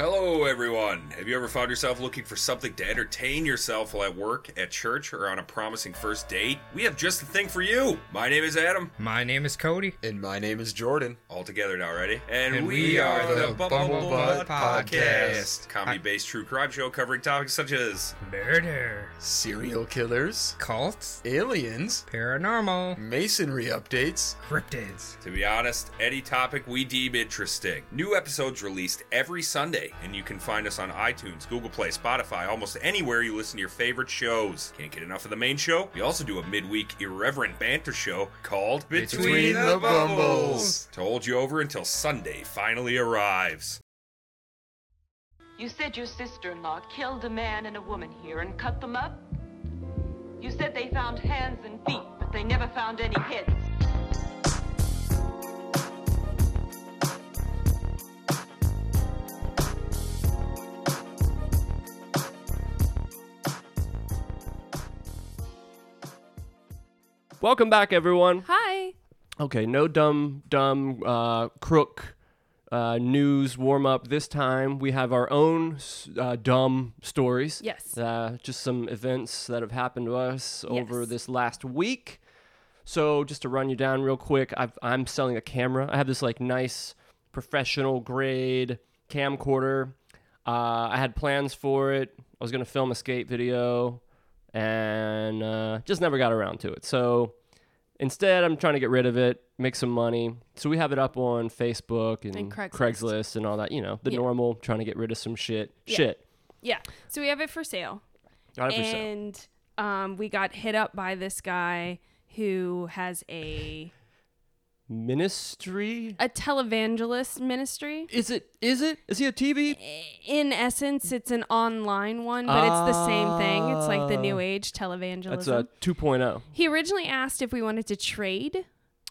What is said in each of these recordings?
Hello, everyone. Have you ever found yourself looking for something to entertain yourself while at work, at church, or on a promising first date? We have just the thing for you. My name is Adam. My name is Cody. And my name is Jordan. All together now, ready? And, And we are the Bumblebutt Podcast. comedy based true crime show covering topics such as. Murder. Serial killers, Cults. aliens, Paranormal. masonry updates. Cryptids. To be honest, any topic we deem interesting. New episodes released every Sunday, and you can find us on iTunes, Google Play, Spotify, almost anywhere you listen to your favorite shows. Can't get enough of the main show? We also do a midweek irreverent banter show called Between the Bumbles. To hold you over until Sunday finally arrives. You said your sister-in-law killed a man and a woman here and cut them up? You said they found hands and feet, but they never found any heads. Welcome back, everyone. Hi. Okay, no dumb, dumb, uh, crook uh, news warm up. This time we have our own s- uh, dumb stories. Yes. Uh, just some events that have happened to us over Yes. this last week. So, just to run you down real quick, I've, I'm selling a camera. I have this like nice professional grade camcorder. Uh, I had plans for it. I was going to film a skate video and uh, just never got around to it. So, Instead, I'm trying to get rid of it, make some money. So we have it up on Facebook and, And Craigslist. Craigslist. and all that. You know, the Yeah. normal trying to get rid of some shit. Yeah. Shit. Yeah. So we have it for sale. Not for sale. and um, we got hit up by this guy who has a Ministry? a televangelist ministry. Is it? Is it? Is he a TV? In essence, it's an online one, but it's the same thing. It's like the new age televangelism. Ah. That's a 2.0. he originally asked if we wanted to trade,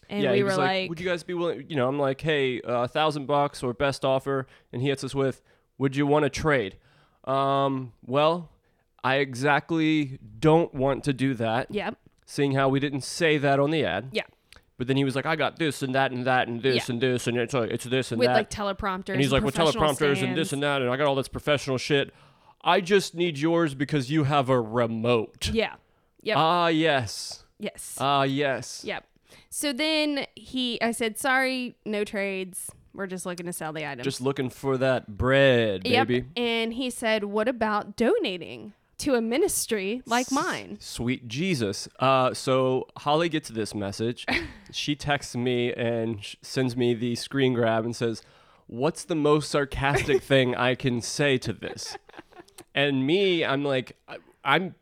and yeah, we he were was like, like, "Would you guys be willing?" You know, I'm like, "Hey, uh, a thousand bucks or best offer," and he hits us with, "Would you want to trade?" Um, well, I exactly don't want to do that. "Yep, Seeing how we didn't say that on the ad. yeah." But then he was like, I got this and that and that and this Yeah. and this and it's like it's this and With that. like teleprompters, and he's like, well, professional teleprompters and this stands." and that, and I got all this professional shit. I just need yours because you have a remote. Yeah, yep, Ah, yes. yes. Ah, yes. Yep. So then he, I said, sorry, no trades. We're just looking to sell the item. Just looking for that bread, yep. baby. And he said, what about donating to a ministry like mine? Sweet Jesus. Uh, so Holly gets this message. she texts me and sh- sends me the screen grab and says, What's the most sarcastic thing I can say to this? And me, I'm like, I- I'm.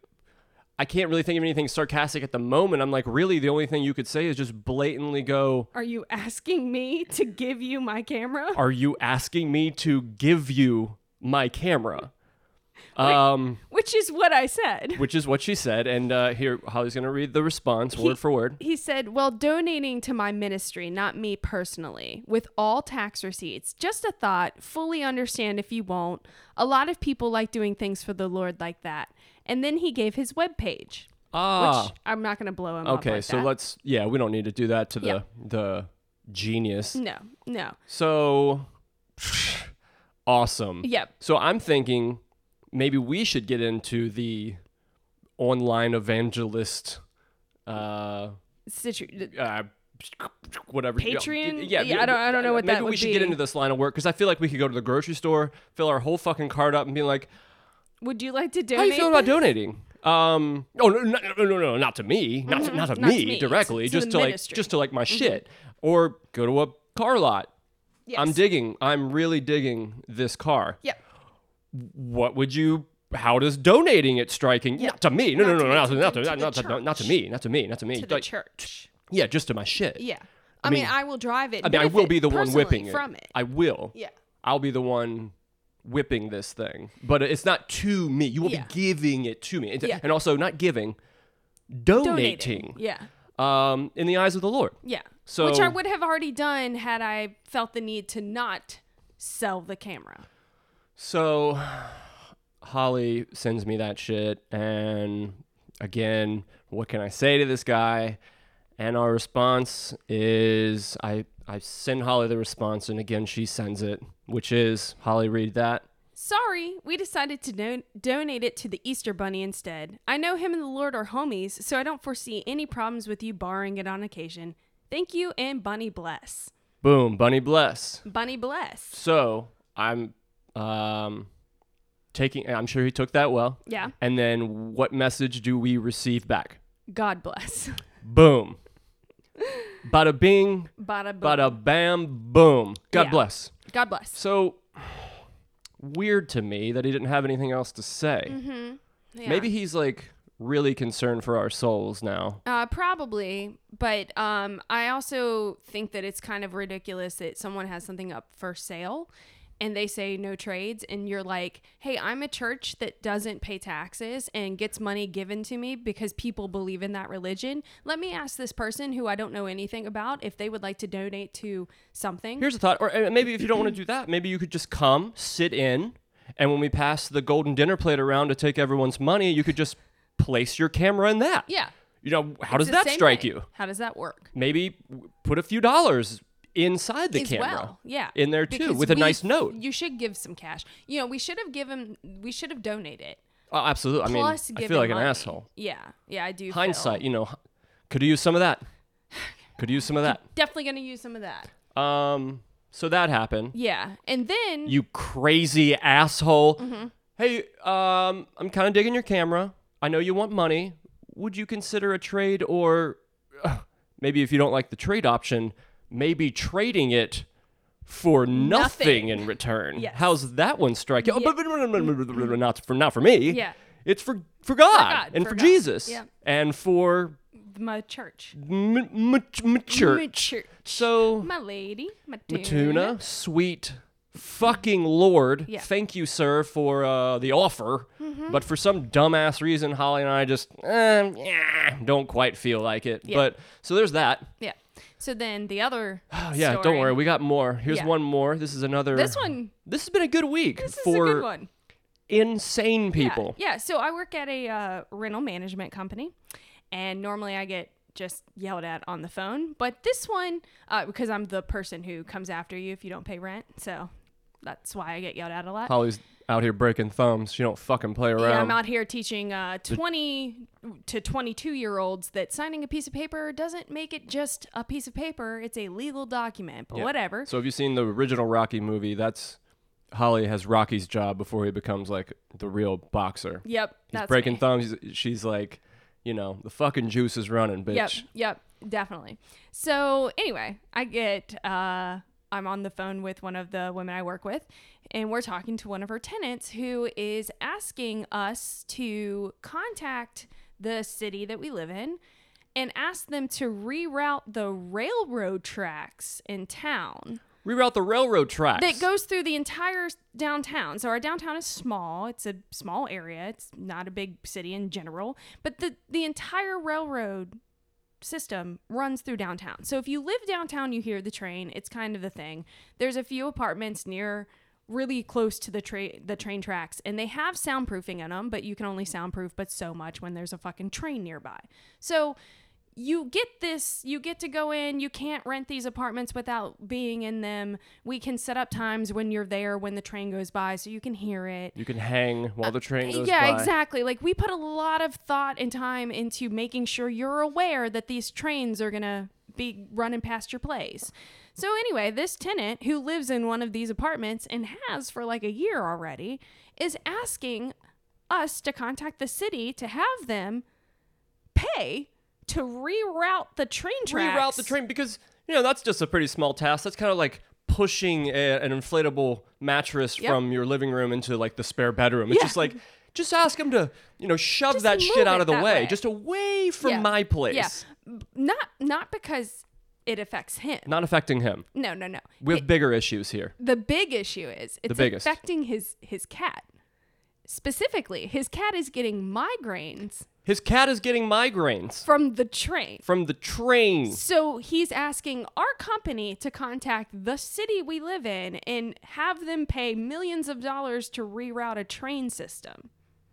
I can't really think of anything sarcastic at the moment. I'm like, really, the only thing you could say is just blatantly go, Are you asking me to give you my camera? Are you asking me to give you my camera? Um, Which is what I said. which is what she said. And uh, here, Holly's going to read the response He- word for word. He said, Well, donating to my ministry, not me personally, with all tax receipts. Just a thought, fully understand if you won't. A lot of people like doing things for the Lord like that. And then he gave his webpage. Ah, which I'm not going to blow him up. okay. like so that. let's. Yeah, we don't need to do that to the Yeah. Mm. the genius. No, no. So awesome. Yep. So I'm thinking maybe we should get into the online evangelist. Uh, Situ- uh, whatever yeah, Patreon? Yeah, I don't- I don't know what maybe that we would should get be. into this line of work because I feel like we could go to the grocery store, fill our whole fucking cart up, and be like, Would you like to How donate? you feel about donating? Um, oh no, no, no, no, no, not to me, not to, not to Mm-hmm. Not me, to me, directly, to- to just the to like, ministry. Mm-hmm. just to like my shit, or go to a car lot. Yes. I'm digging. I'm really digging this car. Yep. What would you? How does donating it striking? Not to me. No, no, no, no, not to, not to, to the not to, not to, not to me, not to me, not to me. to the Like, church. yeah, just to my shit. Yeah. I I, mean, mean- I will drive it. I mean, I will benefit be the one personally whipping it. from it. I will. yeah. I'll be the one whipping this thing. But it's not to me. You won't Yeah. be giving it to me. It's- Yeah. And also not giving, donating. Yeah. Um, in the eyes of the Lord. Yeah. So- which I would have already done had I felt the need to not sell the camera. So Holly sends me that shit and again, what can I say to this guy? And our response is I I send Holly the response and again she sends it, which is Holly read that. Sorry, we decided to don- donate it to the Easter Bunny instead. I know him and the Lord are homies, so I don't foresee any problems with you borrowing it on occasion. Thank you and Bunny bless. Boom, Bunny bless. Bunny bless. So I'm um, taking. I'm sure he took that well. Yeah. And then what message do we receive back? God bless. Boom. Bada bing, Bada boom. bada bam, boom. God Yeah. bless. God bless. So weird to me that he didn't have anything else to say. Mm-hmm. Yeah. Maybe he's like really concerned for our souls now. Uh, probably, but um, I also think that it's kind of ridiculous that someone has something up for sale and they say no trades, and you're like, hey, I'm a church that doesn't pay taxes and gets money given to me because people believe in that religion. Let me ask this person who I don't know anything about if they would like to donate to something. Here's a thought, or uh, maybe if you don't want to do that, maybe you could just come, sit in, and when we pass the golden dinner plate around to take everyone's money, you could just place your camera in that. yeah. You know, how It's does the that same strike way. you? How does that work? Maybe w- put a few dollars inside the as camera. well. Yeah. In there too, Because with a we- nice note. You should give some cash. You know, we should have given, we should have donated. Oh, absolutely. I mean, Plus, I give feel him like an money. asshole. Yeah, yeah, I do. feel- Hindsight, you know, h- could use some of that. Could use some of that. definitely gonna use some of that. Um, so that happened. Yeah, and then You crazy asshole. Mm-hmm. Hey, um, I'm kind of digging your camera. I know you want money. Would you consider a trade or ugh, maybe if you don't like the trade option, maybe trading it for nothing, Nothing. in return? Yes. How's that one strike you? Oh, Yeah. but- but- but- but- but- but not for not for me. Yeah. It's for for God, God, and for for, God. Jesus Yeah. and for my church, m- m- m- church. my church, So my lady, my tuna. Matuna, sweet fucking lord. Yeah. Mm-hmm. Thank you, sir, for uh, the offer. But for some dumbass reason, Holly and I just eh, yeah, don't quite feel like it. Yeah. But so there's that. Yeah. So then the other. yeah, story- don't worry. We got more. Here's Yeah. one more. This is another. This one. This has been a good week This for is a good one. insane Yeah, people. Yeah, So I work at a uh, rental management company, and normally I get just yelled at on the phone. But this one, uh, because I'm the person who comes after you if you don't pay rent, so that's why I get yelled at a lot. Holly's out here breaking thumbs. She don't fucking play around. Yeah, I'm out here teaching uh, 20 to 22 year olds that signing a piece of paper doesn't make it just a piece of paper. It's a legal document, but whatever. So have you seen the original Rocky movie? That's Holly has Rocky's job before he becomes like the real boxer. yep, He's that's breaking me. thumbs. He's- She's like, you know, the fucking juice is running, bitch. Yep, yep, definitely. So anyway, I get uh, I'm on the phone with one of the women I work with, and we're talking to one of her tenants who is asking us to contact the city that we live in and ask them to reroute the railroad tracks in town Reroute the railroad tracks. that goes through the entire s- downtown. So our downtown is small. It's a small area. It's not a big city in general, but the the entire railroad system runs through downtown. So if you live downtown, you hear the train. It's kind of the thing. There's a few apartments near really close to the train the train tracks and they have soundproofing in them, but you can only soundproof but so much when there's a fucking train nearby. So you get this you get to go in you can't rent these apartments without being in them we can set up times when you're there when the train goes by so you can hear it you can hang while the train goes Uh, yeah by. exactly like we put a lot of thought and time into making sure you're aware that these trains are gonna be running past your place so anyway this tenant who lives in one of these apartments and has for like a year already is asking us to contact the city to have them pay to reroute the train tracks Reroute the train because you know that's just a pretty small task. That's kind of like pushing a, an inflatable mattress Yep. from your living room into like the spare bedroom. It's Yeah. just like. Just ask him to, you know, shove Just that move shit out it of the that way, way. just away from Yeah. my place. Yeah. B- Not not because it affects him. Not affecting him. no, no, no. We have It- bigger issues here. the big issue is it's biggest. affecting his his cat. Specifically, his cat is getting migraines His cat is getting migraines from the train. from the train. So he's asking our company to contact the city we live in and have them pay millions of dollars to reroute a train system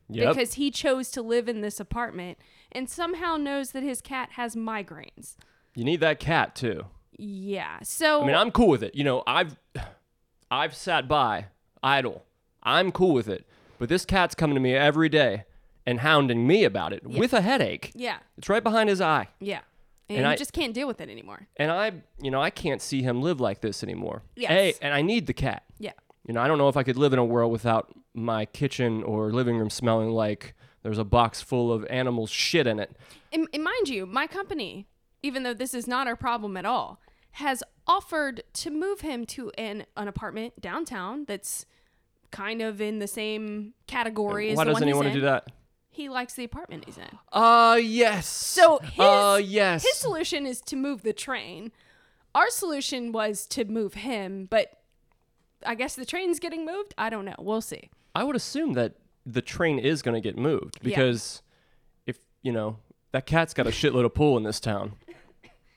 Yep. because he chose to live in this apartment and somehow knows that his cat has migraines. you need that cat too. Yeah. So I mean, I'm cool with it. You know, I've I've sat by idle. I'm cool with it. But this cat's coming to me every day and hounding me about it with a headache. Yeah. It's right behind his eye. Yeah. And, And you I- just can't deal with it anymore. And I, you know, I can't see him live like this anymore. Yes. Hey, and I need the cat. Yeah. You know, I don't know if I could live in a world without my kitchen or living room smelling like there's a box full of animals shit in it. And, and mind you, my company, even though this is not our problem at all, has offered to move him to an, an apartment downtown that's kind of in the same category as Why the one doesn't he he's want to in. do that? He likes the apartment he's in. Uh yes. So his, uh yes. his solution is to move the train. Our solution was to move him, but I guess the train's getting moved. I don't know. We'll see. I would assume that the train is going to get moved because if, you know, that cat's got a shitload of pull in this town.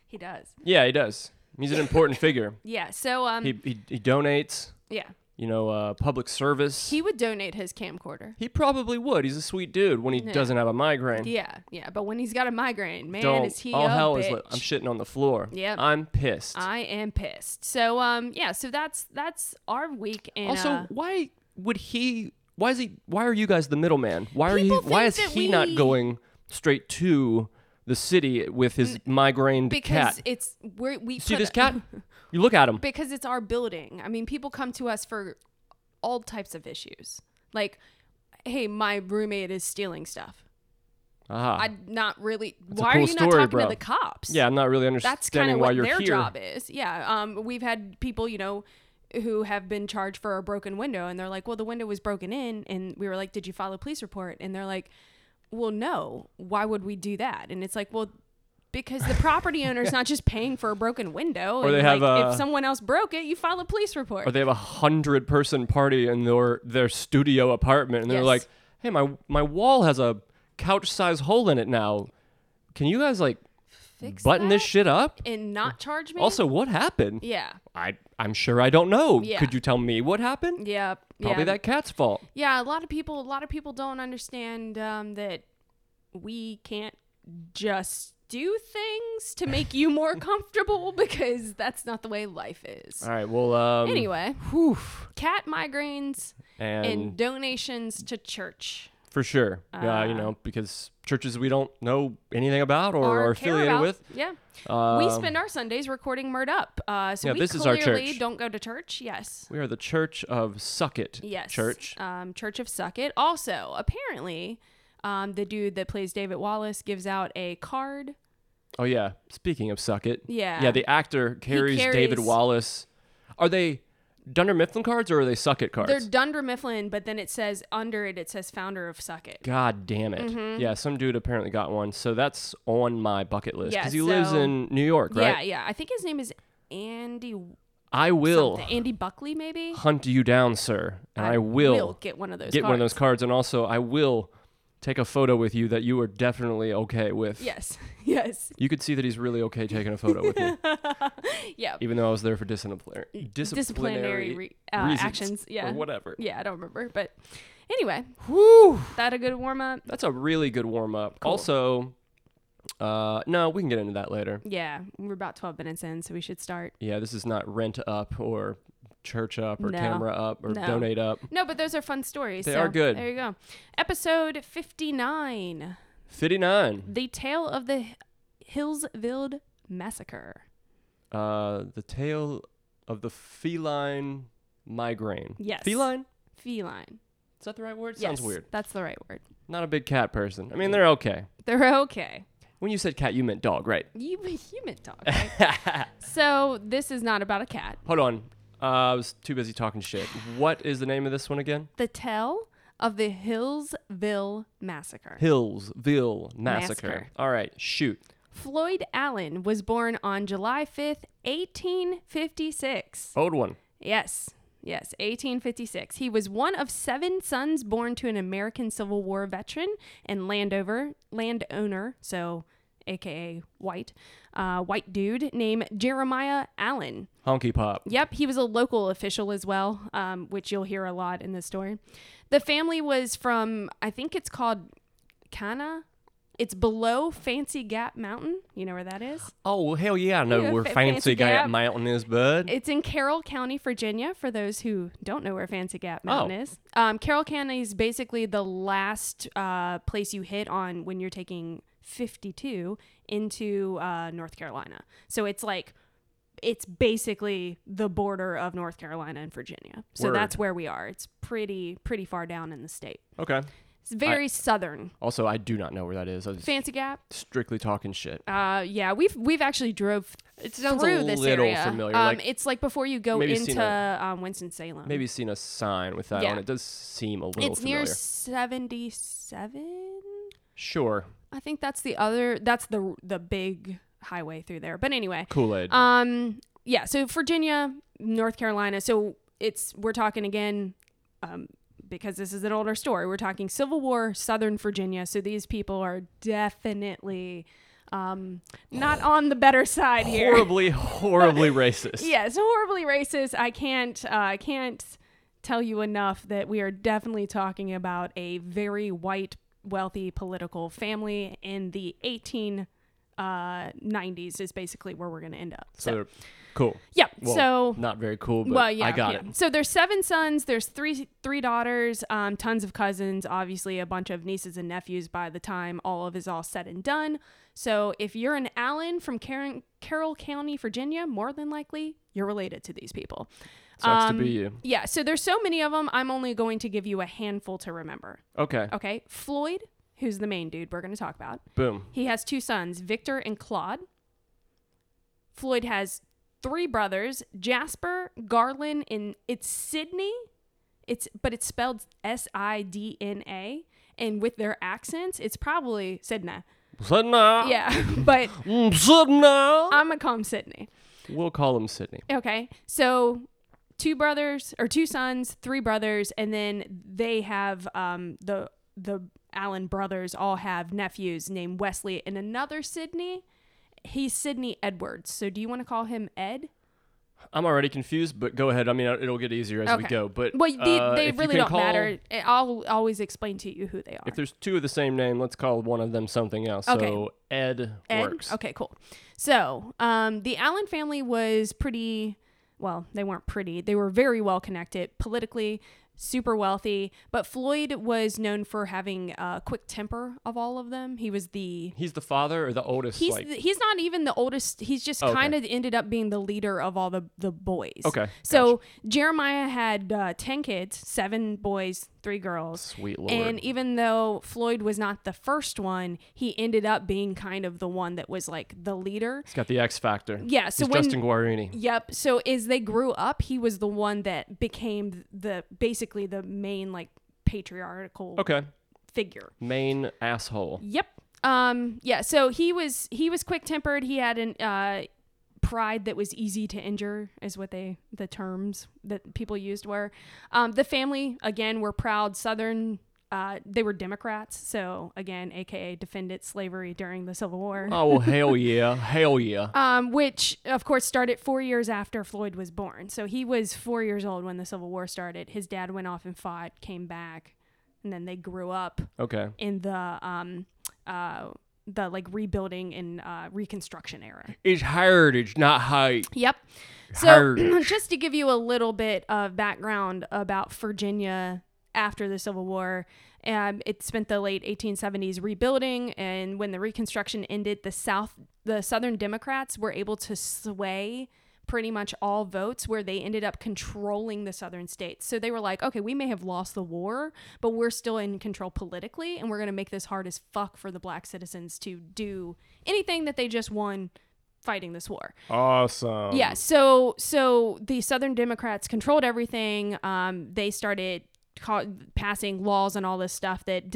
He does. Yeah, he does. He's an important figure. Yeah. So um. He, he he donates, yeah. you know, uh, public service. He would donate his camcorder. He probably would. He's a sweet dude when he doesn't have a migraine. Yeah. Yeah. But when he's got a migraine, man, Don't. is he all a hell bitch. is lit. I'm shitting on the floor. Yep. I'm pissed. I am pissed. So um. Yeah. So that's that's our week. And also, uh, why would he? Why is he? Why are you guys the middleman? Why are you? People Why is think that he not we- going straight to the city with his migrained because cat? it's we're, we See put this a- cat? You look at him. because it's our building. I mean, people come to us for all types of issues. Like, hey, my roommate is stealing stuff. Ah. I'm not really. a why cool are you story, not talking bro. to the cops? yeah, I'm not really that's understanding kind of why what you're their here. job is. Yeah. Um, we've had people, you know, who have been charged for a broken window, and they're like, "Well, the window was broken in," and we were like, "Did you file a police report?" And they're like, "Well, no. Why would we do that?" And it's like, well. Because the property owner's not just paying for a broken window. Or and they have, like, uh, if someone else broke it, you file a police report. or they have a hundred person party in their their studio apartment and they're Yes. like hey my my wall has a couch size hole in it now can you guys like Fix button this that shit up and not charge me. also what happened yeah, i i'm sure i don't know Yeah. could you tell me what happened yeah, probably yeah. that cat's fault Yeah, a lot of people, a lot of people don't understand um, that we can't just do things to make you more comfortable because that's not the way life is. all right well um Anyway, whew. cat migraines and, and uh, donations to church for sure yeah you know because churches we don't know anything about or, or are care affiliated about- with Yeah, we Um, spend our Sundays recording Murd Up, uh, so Yeah, we this is our clearly church. don't go to church. Yes, we are the church of suckit yes church um, church of sucket also apparently um, the dude that plays david wallace gives out a card Oh yeah. Speaking of suck it. Yeah. Yeah, the actor carries, David carries- Wallace. Are they Dunder Mifflin cards or are they suck it cards? they're dunder mifflin but then it says under it it says founder of sucket God damn it. Mm-hmm. Yeah, some dude apparently got one. So that's on my bucket list. Yeah, Because he lives so- in New York, right? yeah yeah i think his name is andy I will something. andy buckley maybe hunt you down, sir. And I, will, get one of those get one of those cards. cards. And also, I will take a photo with you that you are definitely okay with. yes yes You could see that he's really okay taking a photo with me, yeah even though I was there for disciplinary, disciplinary, disciplinary re- uh, reasons actions yeah Or whatever. yeah i don't remember but anyway Whew. that a good warm-up That's a really good warm up. Also, uh, no, we can get into that later. yeah we're about 12 minutes in so we should start Yeah, this is not rent up or church up or No. camera up or No. donate up. No, but those are fun stories. They so are good. There you go. Episode 59 Fifty nine. The Tale of the H- Hillsville Massacre. Uh, the tale of the feline migraine. Yes. Feline. Feline. Is that the right word? Yes, Sounds weird. That's the right word. Not a big cat person. I mean, they're okay. They're okay. When you said cat, you meant dog, right? You, you meant dog. Right? so this is not about a cat. Hold on. Uh, I was too busy talking shit. What is the name of this one again? The Tale of the Hillsville Massacre. Hillsville Massacre. Massacre. All right, shoot. Floyd Allen was born on July 5th, 1856. Old one. Yes. Yes, 1856. He was one of seven sons born to an American Civil War veteran and landover, landowner, so AKA white, uh, white dude named Jeremiah Allen. Honky Pop. Yep, he was a local official as well, um, which you'll hear a lot in the story. The family was from, I think it's called Cana, It's below Fancy Gap Mountain. You know where that is? Oh well, hell yeah! I know Yeah, where fa- fancy, Fancy guy Gap. at Mountain is, bud. It's in Carroll County, Virginia, for those who don't know where Fancy Gap Mountain Oh. is. Um, Carroll County is basically the last uh, place you hit on when you're taking 52 into uh, North Carolina. So it's like, it's basically the border of North Carolina and Virginia. So Word. that's where we are. It's pretty, pretty far down in the state. okay. It's very southern. Also, I do not know where that is. I was Fancy Gap. strictly talking shit. Uh, yeah, we've we've actually drove it sounds a through this little area. familiar, Um, like- it's like before you go Maybe seen into a- um, Winston Salem. Maybe seen a sign with that Yeah. on it. Does seem a little it's familiar. near seventy seven. sure. I think that's the other. That's the the big highway through there. But anyway, Kool Aid. um, yeah. So Virginia, North Carolina. So it's we're talking again. Um, because this is an older story. We're talking Civil War, Southern Virginia. So these people are definitely um, not Oh. on the better side here. horribly, horribly racist. Yeah, it's horribly racist. I can't uh, I can't tell you enough that we are definitely talking about a very white, wealthy political family in the 18 uh, 90s is basically where we're going to end up. So, So, they're cool. yeah. Well, so not very cool, but well, yeah, I got yeah. it. So there's seven sons, there's three three daughters, um, tons of cousins, obviously a bunch of nieces and nephews by the time all of is all said and done. So if you're an Allen from Car- Carroll County, Virginia, more than likely you're related to these people. Um, Sucks to be you. Yeah, so there's so many of them. I'm only going to give you a handful to remember. Okay. Okay, Floyd, who's the main dude we're going to talk about. Boom. He has two sons, Victor and Claude. Floyd has three brothers, Jasper, Garland, and it's Sydney. It's but it's spelled S I D N A, and with their accents, it's probably Sydney. Sudna. Yeah, Uh, but Mm, Sudna. I'm gonna call him Sydney. we'll call him Sydney. Okay, so two brothers or two sons, three brothers, and then they have um, the the Allen brothers all have nephews named Wesley and another Sydney. He's Sydney Edwards. So do you want to call him Ed? I'm already confused, but go ahead. I mean, it'll get easier as we go. But well, the, uh, they if you really can don't call- matter. I'll always explain to you who they are. If there's two of the same name, let's call one of them something else. Okay. So Ed, Ed? works. Okay, cool. So, um, the Allen family was pretty well, they weren't pretty. They were very well connected politically, super wealthy. But Floyd was known for having a quick temper of all of them. He was the He's the father or the oldest. he's like, the- he's not even the oldest. He's just Oh, Okay. kind of ended up being the leader of all the the boys. Okay, So Jeremiah had uh, ten kids, seven boys, three girls. sweet lord. And even though Floyd was not the first one, he ended up being kind of the one that was like the leader. He's got the X factor. Yeah, so He's when- Justin Guarini. Yep. So as they grew up, he was the one that became the basically the main like patriarchal Okay. figure. Main asshole. Yep. Um yeah, so he was he was quick-tempered. He had an uh pride that was easy to injure is what they the terms that people used were. Um the family again were proud southern uh, they were Democrats, so again, aka defended slavery during the Civil War. Oh well, hell yeah, hell yeah. um, which of course started four years after Floyd was born. So he was four years old when the Civil War started. His dad went off and fought, came back, and then they grew up Okay. in the um, uh, the like rebuilding and uh, Reconstruction era. It's heritage, not height. Yep. So Heritage. just to give you a little bit of background about Virginia after the Civil War, um, it spent the late 1870s rebuilding, and when the Reconstruction ended, the South, the Southern Democrats were able to sway pretty much all votes where they ended up controlling the southern states. So they were like, okay, we may have lost the war, but we're still in control politically and we're going to make this hard as fuck for the black citizens to do anything that they just won fighting this war. Awesome. Yeah. So so the Southern Democrats controlled everything. Um, they started ca- passing laws and all this stuff that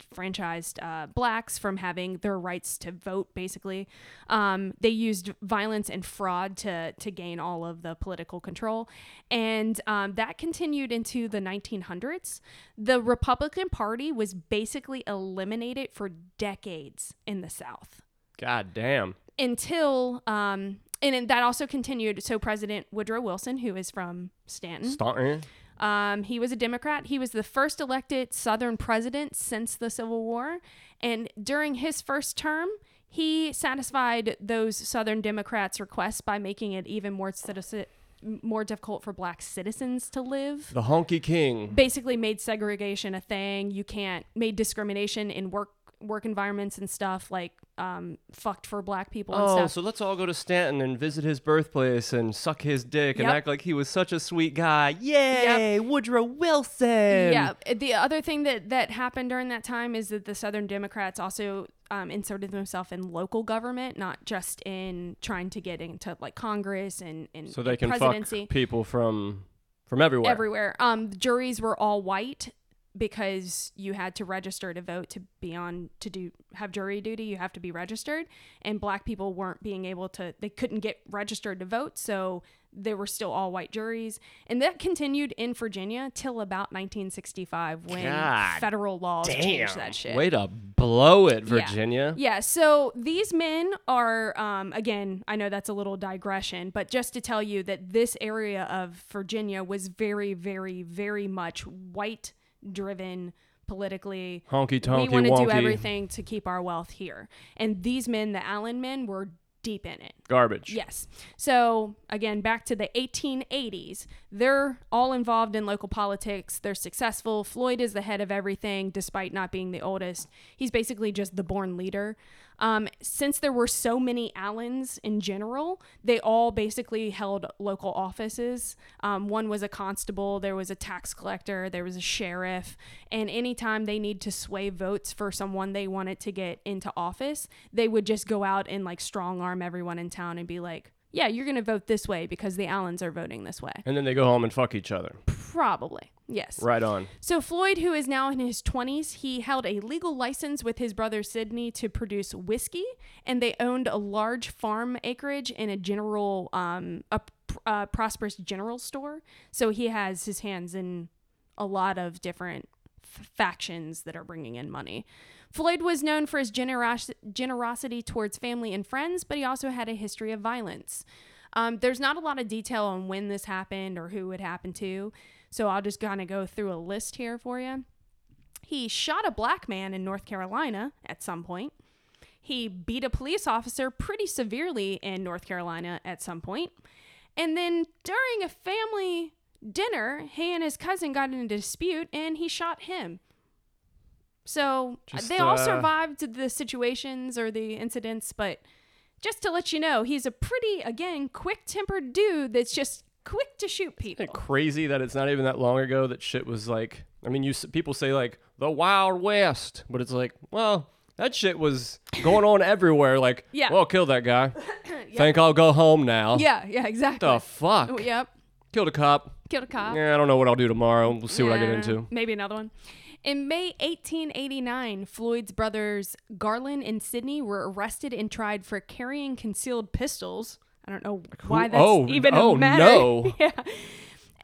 disenfranchised uh, blacks from having their rights to vote. Basically, um, they used violence and fraud to to gain all of the political control, and um, that continued into the 1900s. The Republican Party was basically eliminated for decades in the South God damn. until um and then that also continued so president woodrow wilson who is from stanton Staunton. Um, he was a Democrat. He was the first elected Southern president since the Civil War. And during his first term, he satisfied those Southern Democrats' requests by making it even more citizen- more difficult for black citizens to live The honky king. basically made segregation a thing. You can't made discrimination in work work environments and stuff like um, fucked for black people and Oh, stuff. so let's all go to Stanton and visit his birthplace and suck his dick and Yep. act like he was such a sweet guy. Yay, Woodrow Wilson. yeah. eh, The other thing that that happened during that time is that the Southern Democrats also um, inserted themselves in local government, not just in trying to get into like Congress and and So they and can presidency. fuck people from from everywhere. everywhere. Um, juries were all white because you had to register to vote to be on to do have jury duty. You have to be registered, and black people weren't being able to. They couldn't get registered to vote, so there were still all white juries, and that continued in Virginia till about 1965 when God federal laws changed that shit. Way to blow it, Yeah. Virginia. Yeah, so these men are, um, again, I know that's a little digression, but just to tell you that this area of Virginia was very, very, very much white driven politically. Honky we tonky want to wonky do everything to keep our wealth here. And these men, the Allen men, were deep in it. garbage. Yes. So again, back to the 1880s. They're all involved in local politics. They're successful. Floyd is the head of everything, despite not being the oldest. He's basically just the born leader. Um, since there were so many Allens in general, they all basically held local offices. Um, one was a constable, there was a tax collector, there was a sheriff. And anytime they need to sway votes for someone they wanted to get into office, they would just go out and like strong arm everyone in town and be like, yeah, you're going to vote this way because the Allens are voting this way. And then they go home and fuck each other. Probably. Yes. Right on. So Floyd, who is now in his 20s, he held a legal license with his brother Sidney to produce whiskey, and they owned a large farm acreage and a general, um, a, pr- a prosperous general store. So he has his hands in a lot of different f- factions that are bringing in money. Floyd was known for his generos- generosity towards family and friends, but he also had a history of violence. Um, there's not a lot of detail on when this happened or who it happened to, so I'll just kind of go through a list here for you. He shot a black man in North Carolina at some point. He beat a police officer pretty severely in North Carolina at some point. And then during a family dinner, he and his cousin got in a dispute and he shot him. So Just, they all uh, survived the situations or the incidents, but just to let you know, he's a pretty, again, quick tempered dude that's just quick to shoot people. Isn't it crazy that it's not even that long ago that shit was like? I mean, you s- people say like the Wild West, but it's like, well, that shit was going on everywhere. Like, Yeah. well, kill that guy. Think I'll go home now. Yeah, yeah, exactly. The fuck. Oh, yep. Killed a cop. Killed a cop. Yeah, I don't know what I'll do tomorrow. We'll see what I get Yeah, into. Maybe another one. In May 1889, Floyd's brothers Garland and Sidney were arrested and tried for carrying concealed pistols. I don't know why that's oh, even oh, a matter. no. yeah.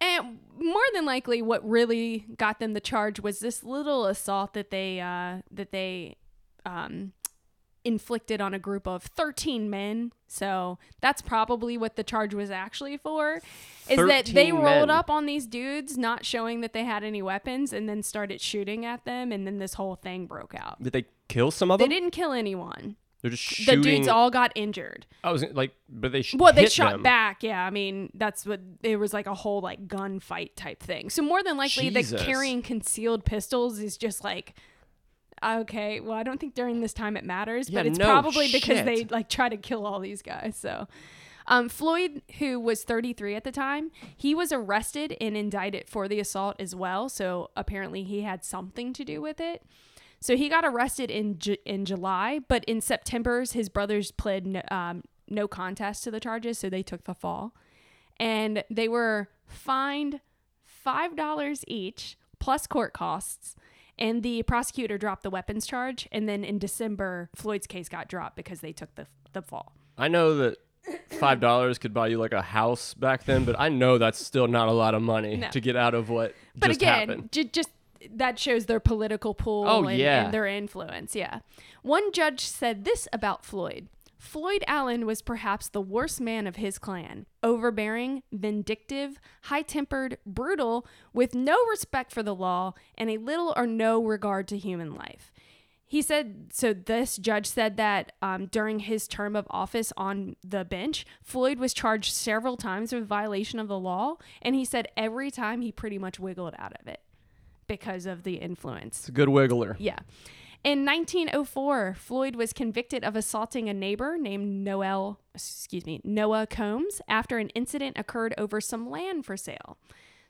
And more than likely, what really got them the charge was this little assault that they uh, that they um, inflicted on a group of 13 men. So that's probably what the charge was actually for. Is that they 13 rolled men. up on these dudes, not showing that they had any weapons, and then started shooting at them, and then this whole thing broke out. Did they kill some of They them? didn't kill anyone. They're just The shooting. dudes all got injured. I was like, but they sh- Well, they hit shot them. back. Yeah, I mean that's what it was like a whole like gunfight type thing. So more than likely, Jesus. the carrying concealed pistols is just like okay. Well, I don't think during this time it matters, Yeah, but it's no probably because shit. they like try to kill all these guys. So. Um, Floyd, who was 33 at the time, he was arrested and indicted for the assault as well. So apparently he had something to do with it. So he got arrested in Ju- in July, but in September's his brothers pled no, um, no contest to the charges, so they took the fall, and they were fined five dollars each plus court costs. And the prosecutor dropped the weapons charge, and then in December, Floyd's case got dropped because they took the the fall. I know that five dollars could buy you like a house back then, but I know that's still not a lot of money No. to get out of what But just again, happened. j- just that shows their political pull Oh, and, yeah. and their influence. Yeah. One judge said this about Floyd Floyd Allen was perhaps the worst man of his clan overbearing, vindictive, high tempered, brutal, with no respect for the law, and a little or no regard to human life. He said, so this judge said that um, during his term of office on the bench, Floyd was charged several times with violation of the law, and he said every time he pretty much wiggled out of it because of the influence. It's a good wiggler. Yeah. In 1904, Floyd was convicted of assaulting a neighbor named Noel, excuse me, Noah Combs after an incident occurred over some land for sale.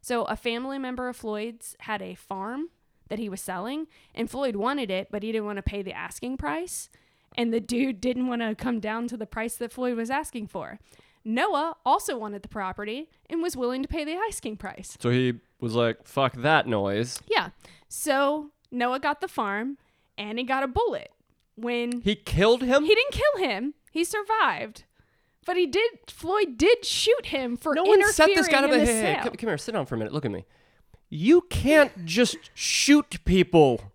So a family member of Floyd's had a farm that he was selling, and Floyd wanted it, but he didn't want to pay the asking price, and the dude didn't want to come down to the price that Floyd was asking for. Noah also wanted the property and was willing to pay the asking price. So he was like, fuck that noise. Yeah. So Noah got the farm and he got a bullet. When he, He killed him? didn't kill him, he survived. But he did. Floyd did shoot him for no one interfering set this guy up. in the Hey, hey, sale. come, come here, sit down for a minute. Look at me. You can't just shoot people.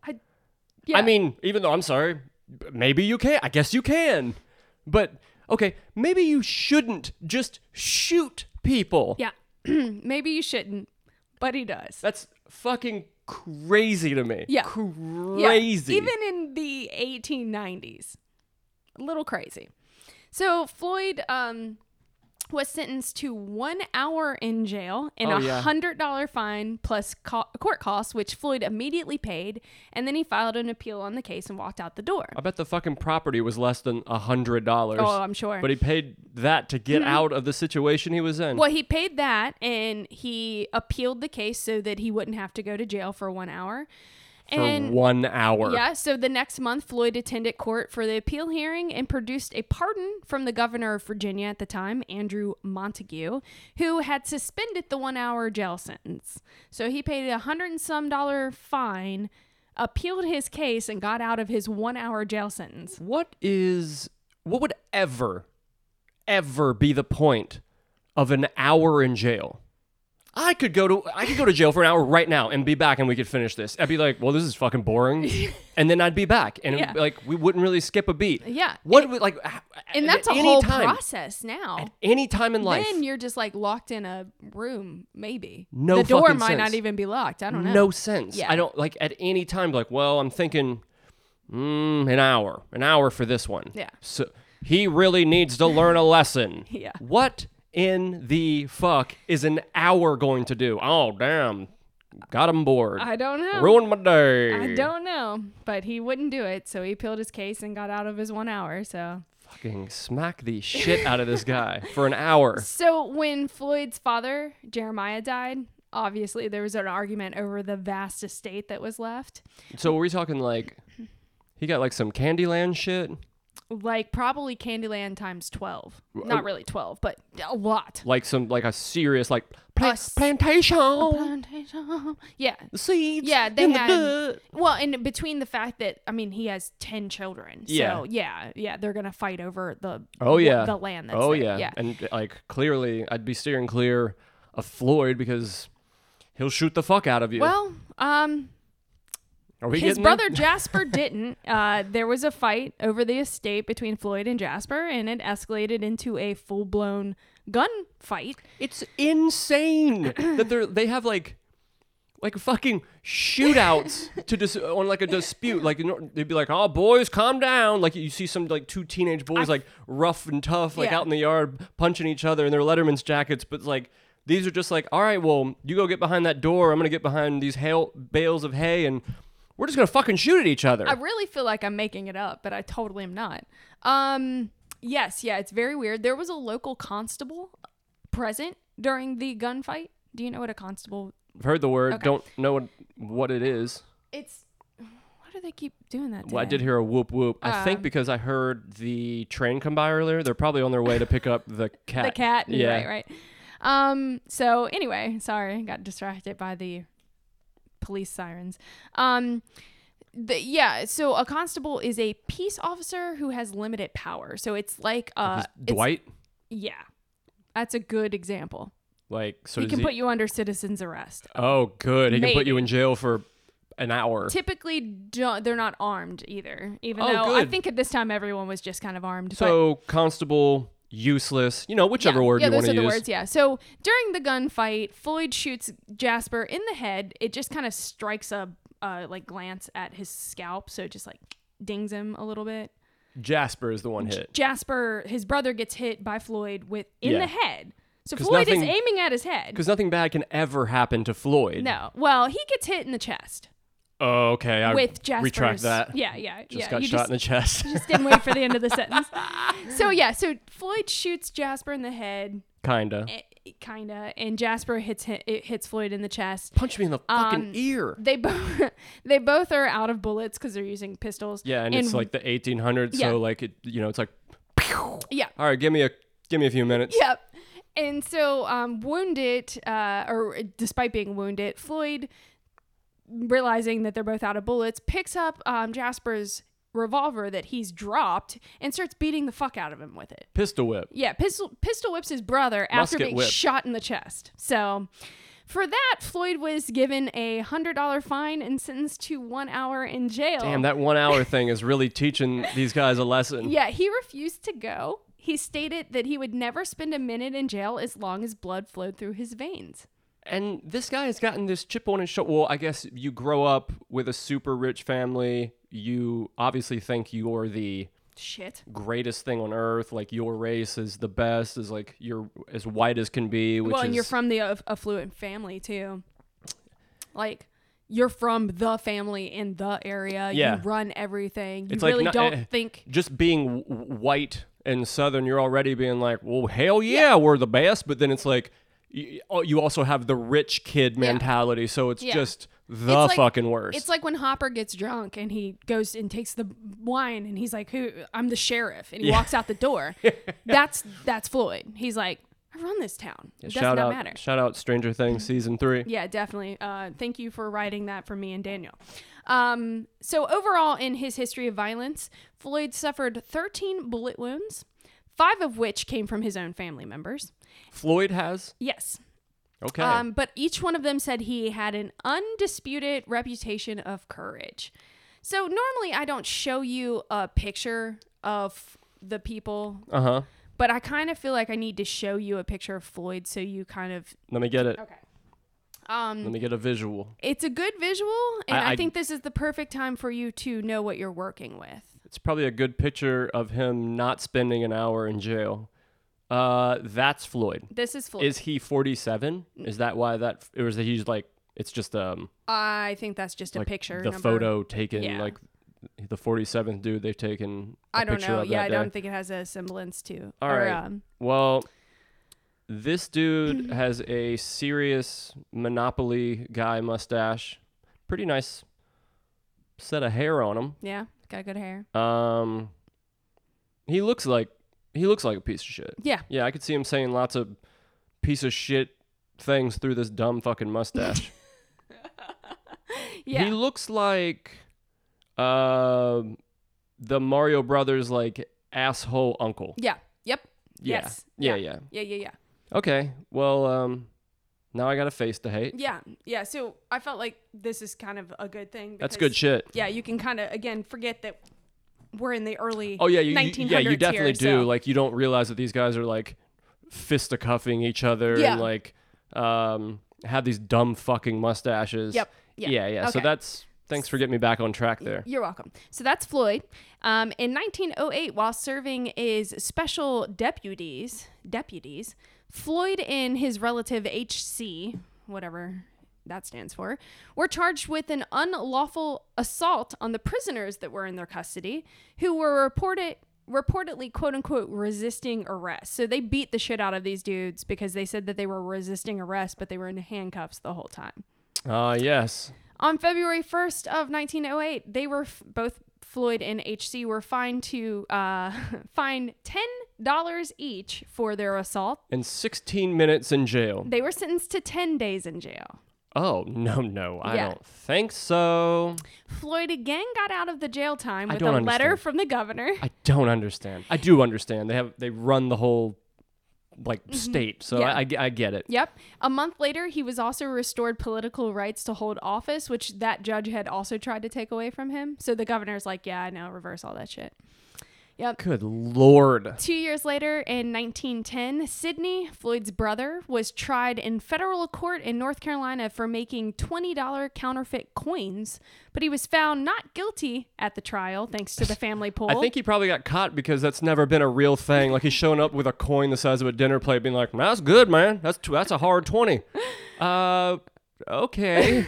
Yeah. I mean, even though I'm sorry, b- maybe you can. I guess you can. But okay, maybe you shouldn't just shoot people. yeah, maybe you shouldn't, but he does. That's fucking crazy to me. Yeah. Yeah, Crazy. Even in the 1890s. A little crazy. So Floyd um, was sentenced to one hour in jail and Oh, a yeah. $100 fine plus co- court costs, which Floyd immediately paid. And then he filed an appeal on the case and walked out the door. I bet the fucking property was less than a hundred dollars. Oh, I'm Mm-hmm. sure. But he paid that to get out of the situation he was in. Well, he paid that and he appealed the case so that he wouldn't have to go to jail for one hour. for and one hour. Yeah, so the next month, Floyd attended court for the appeal hearing and produced a pardon from the governor of Virginia at the time, Andrew Montague, who had suspended the one hour jail sentence. So he paid a hundred and some dollar fine, appealed his case, and got out of his one hour jail sentence. What is what would ever ever be the point of an hour in jail? I could go to I could go to jail for an hour right now and be back and we could finish this. I'd be like, "Well, this is fucking boring." and then I'd be back and Yeah. like we wouldn't really skip a beat. Yeah. What would like h- And at that's a any whole time, process now. At any time in life. Then you're just like locked in a room, maybe. No the door fucking might sense. not even be locked. I don't know. no sense. Oh, Yeah. I don't like at any time. Like, well, I'm thinking, mm, an hour, an hour for this one. Yeah. So he really needs to learn a lesson. Yeah. What in the fuck is an hour going to do? Oh damn, got him bored. I don't know. Ruined my day. I don't know, but he wouldn't do it, so he appealed his case and got out of his one hour. So, Fucking smack the shit out of this guy for an hour. so when Floyd's father Jeremiah died, obviously there was an argument over the vast estate that was left, So were we talking like he got like some Candyland shit, like probably Candyland times twelve. Not really twelve, but a lot. like some like a serious like pla- Us. plantation Yeah, seeds. yeah, they in the had. dirt. Well, and between the fact that I mean he has ten children, so Yeah. yeah, yeah, they're gonna fight over the Oh yeah, the land. That's oh there. yeah. yeah, and like clearly, I'd be steering clear of Floyd because he'll shoot the fuck out of you. Well, um, Are we his getting brother there? Jasper didn't. Uh, there was a fight over the estate between Floyd and Jasper, and it escalated into a full blown gun fight. It's insane that they're they have like. Like fucking shootouts to dis- on like a dispute, like you know, they'd be like, "Oh, boys, calm down!" Like you see some like two teenage boys, like rough and tough, like Yeah. out in the yard punching each other in their Letterman's jackets, but like these are just like, "All right, well, you go get behind that door. I'm gonna get behind these hail- bales of hay, and we're just gonna fucking shoot at each other." I really feel like I'm making it up, but I totally am not. Um, yes, yeah, it's very weird. There was a local constable present during the gunfight. Do you know what a constable? I've heard the word. Okay. Don't know what, what it is. It's why do they keep doing that? To Well, I them? did hear a whoop whoop. I Um. think because I heard the train come by earlier. They're probably on their way to pick up the cat. the cat. and- Yeah. Right, right. Um, so anyway, sorry, got distracted by the police sirens. Um, the, yeah, so a constable is a peace officer who has limited power. So it's like uh, it's- Dwight, yeah, that's a good example. like, so he does can put you under citizen's arrest. Oh, good. He can put you in jail for an hour. Typically, do they're not armed either. Even Oh, though I good. think at this time everyone was just kind of armed. but- so constable, useless, you know, whichever yeah. word yeah, you want those to are the use. words. Yeah. So during the gunfight, Floyd shoots Jasper in the head. It just kind of strikes a uh, like glance at his scalp, so it just like dings him a little bit. Jasper is the one hit. Jasper, his brother, gets hit by Floyd with in Yeah. the head. So 'Cause Floyd nothing- is aiming at his head. Because nothing bad can ever happen to Floyd. No, well, he gets hit in the chest Oh, okay. I with Jasper's. retract that. Yeah, yeah, Just yeah. got you shot just, in the chest. just didn't wait for the end of the sentence. So yeah, so Floyd shoots Jasper in the head, Kinda. eh, kinda, and Jasper hits hi- it hits Floyd in the chest. Punch me in the fucking Um, ear. They both they both are out of bullets because they're using pistols. Yeah, and, it's like the 1800s, Yeah. so like it, you know, it's like, yeah, all right, give me a, give me a few minutes. Yep. And so, um, wounded, uh, or despite being wounded, Floyd, realizing that they're both out of bullets, picks up um, Jasper's revolver that he's dropped and starts beating the fuck out of him with it. Pistol whip. Yeah, pistol pistol whips his brother after Musket being whip. shot in the chest. So, for that, Floyd was given a hundred dollar fine and sentenced to one hour in jail. Damn, that one hour thing is really teaching these guys a lesson. Yeah, he refused to go. He stated that he would never spend a minute in jail as long as blood flowed through his veins. And this guy has gotten this chip on his shoulder. Well, I guess you grow up with a super rich family. You obviously think you're the Shit. greatest thing on earth. Like your race is the best. Is like you're as white as can be. Which well, and is, you're from the aff- affluent family too. Like you're from the family in the area. Yeah. You run everything. You It's like really not- don't eh, think just being w- w- white and southern. You're already being like, well, hell yeah, we're the best. But then it's like y- oh, you also have the rich kid mentality. So it's Yeah. just the It's like- fucking worst. It's like when Hopper gets drunk and he goes and takes the wine and he's like, "Who? I'm the sheriff," and he walks out the door. that's that's Floyd. He's like, "I run this town. It does shout not out, matter." Mm-hmm. shout out, Stranger Things season three. Yeah, definitely. Uh, thank you for writing that for me and Daniel. Um, so overall, in his history of violence, Floyd suffered 13 bullet wounds, five of which came from his own family members. Floyd has Yes. okay. Um, but each one of them said he had an undisputed reputation of courage. So normally I don't show you a picture of the people, uh huh. but I kind of feel like I need to show you a picture of Floyd so you kind of Let me get it. okay. Um, Let me get a visual. it's a good visual, and I- I, I- think this is the perfect time for you to know what you're working with. It's probably a good picture of him not spending an hour in jail. Uh, that's Floyd. This is Floyd. Is he 47? Is that why that, or is that he's like, it's just um, I think that's just a like picture. the number. photo taken, Yeah. like the 47th dude they've taken. I I don't know. Yeah, I don't think. think it has a semblance to. All or, right. um, Well, this dude has a serious Monopoly guy mustache. Pretty nice set of hair on him. yeah, got good hair. Um, he looks like he looks like a piece of shit. Yeah. Yeah, I could see him saying lots of piece of shit things through this dumb fucking mustache. Yeah. He looks like um the Mario Brothers like asshole uncle. yeah. Yep. Yeah. Yes. Yeah, Yeah. yeah. Yeah. Yeah. Yeah. Okay. Well, um now I got a face to hate. Yeah. Yeah. So I felt like this is kind of a good thing. That's because- good shit. Yeah, you can kind of again forget that we're in the early. Oh yeah, you, 1900s you- yeah, you definitely here, do. so- Like you don't realize that these guys are like fisticuffing each other Yeah. and like um have these dumb fucking mustaches. Yep. Yeah. Yeah, yeah. So Okay. that's thanks for getting me back on track there. You're welcome. So that's Floyd. Um, in 1908, while serving as special deputies, deputies, Floyd and his relative HC, whatever that stands for, were charged with an unlawful assault on the prisoners that were in their custody, who were reported reportedly quote unquote resisting arrest. So they beat the shit out of these dudes because they said that they were resisting arrest, but they were in handcuffs the whole time. Ah, yes. On February 1st of 1908, they were f- both Floyd and HC were fined to uh, fine ten dollars each for their assault. And 16 minutes in jail. They were sentenced to ten days in jail. Oh, no, no. I Yeah. don't think so. Floyd again got out of the jail time I with a don't letter understand. from the governor. I don't understand. I do understand. They have they run the whole like state. So Mm-hmm. Yeah. I, I ge- I get it. Yep. A month later, he was also restored political rights to hold office, which that judge had also tried to take away from him. So the governor's like, yeah, I know, reverse all that shit. Yep. Good lord. Two years later, in 1910, Sidney, Floyd's brother, was tried in federal court in North Carolina for making $20 counterfeit coins, but he was found not guilty at the trial thanks to the family poll. I think he probably got caught because that's never been a real thing. Like he's showing up with a coin the size of a dinner plate, being like, "That's good, man. That's tw- that's a hard 20. Uh, okay.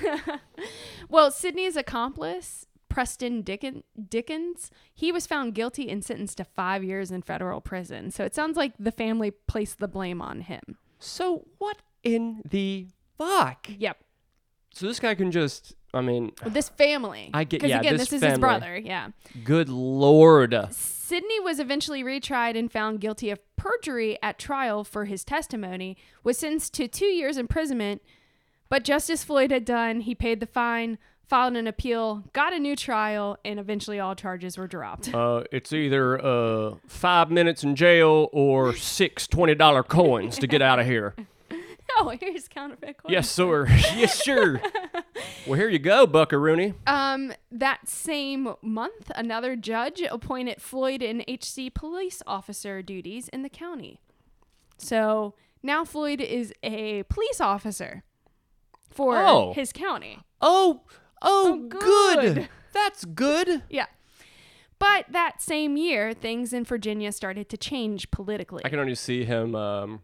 Well, Sidney's accomplice, Preston Dickens, Dickens, he was found guilty and sentenced to five years in federal prison. So it sounds like the family placed the blame on him. so what in the fuck? Yep. So this guy can just. I mean, This family. I get- 'Cause yeah, again, this this, is family. his brother. Yeah. good lord. Sidney was eventually retried and found guilty of perjury at trial for his testimony, was sentenced to two years imprisonment. But just as Floyd had done, he paid the fine, filed an appeal, got a new trial, and eventually all charges were dropped. Uh, it's either uh five minutes in jail or six twenty dollar coins to get out of here. oh, here's counterfeit coins. Yes, sir. yes, sure. Well, here you go, Buckaroony. Um, that same month, another judge appointed Floyd an HC police officer duties in the county. So now Floyd is a police officer for Oh. his county. Oh, oh, good. good. That's good. Yeah. But that same year, things in Virginia started to change politically. I can already see him um,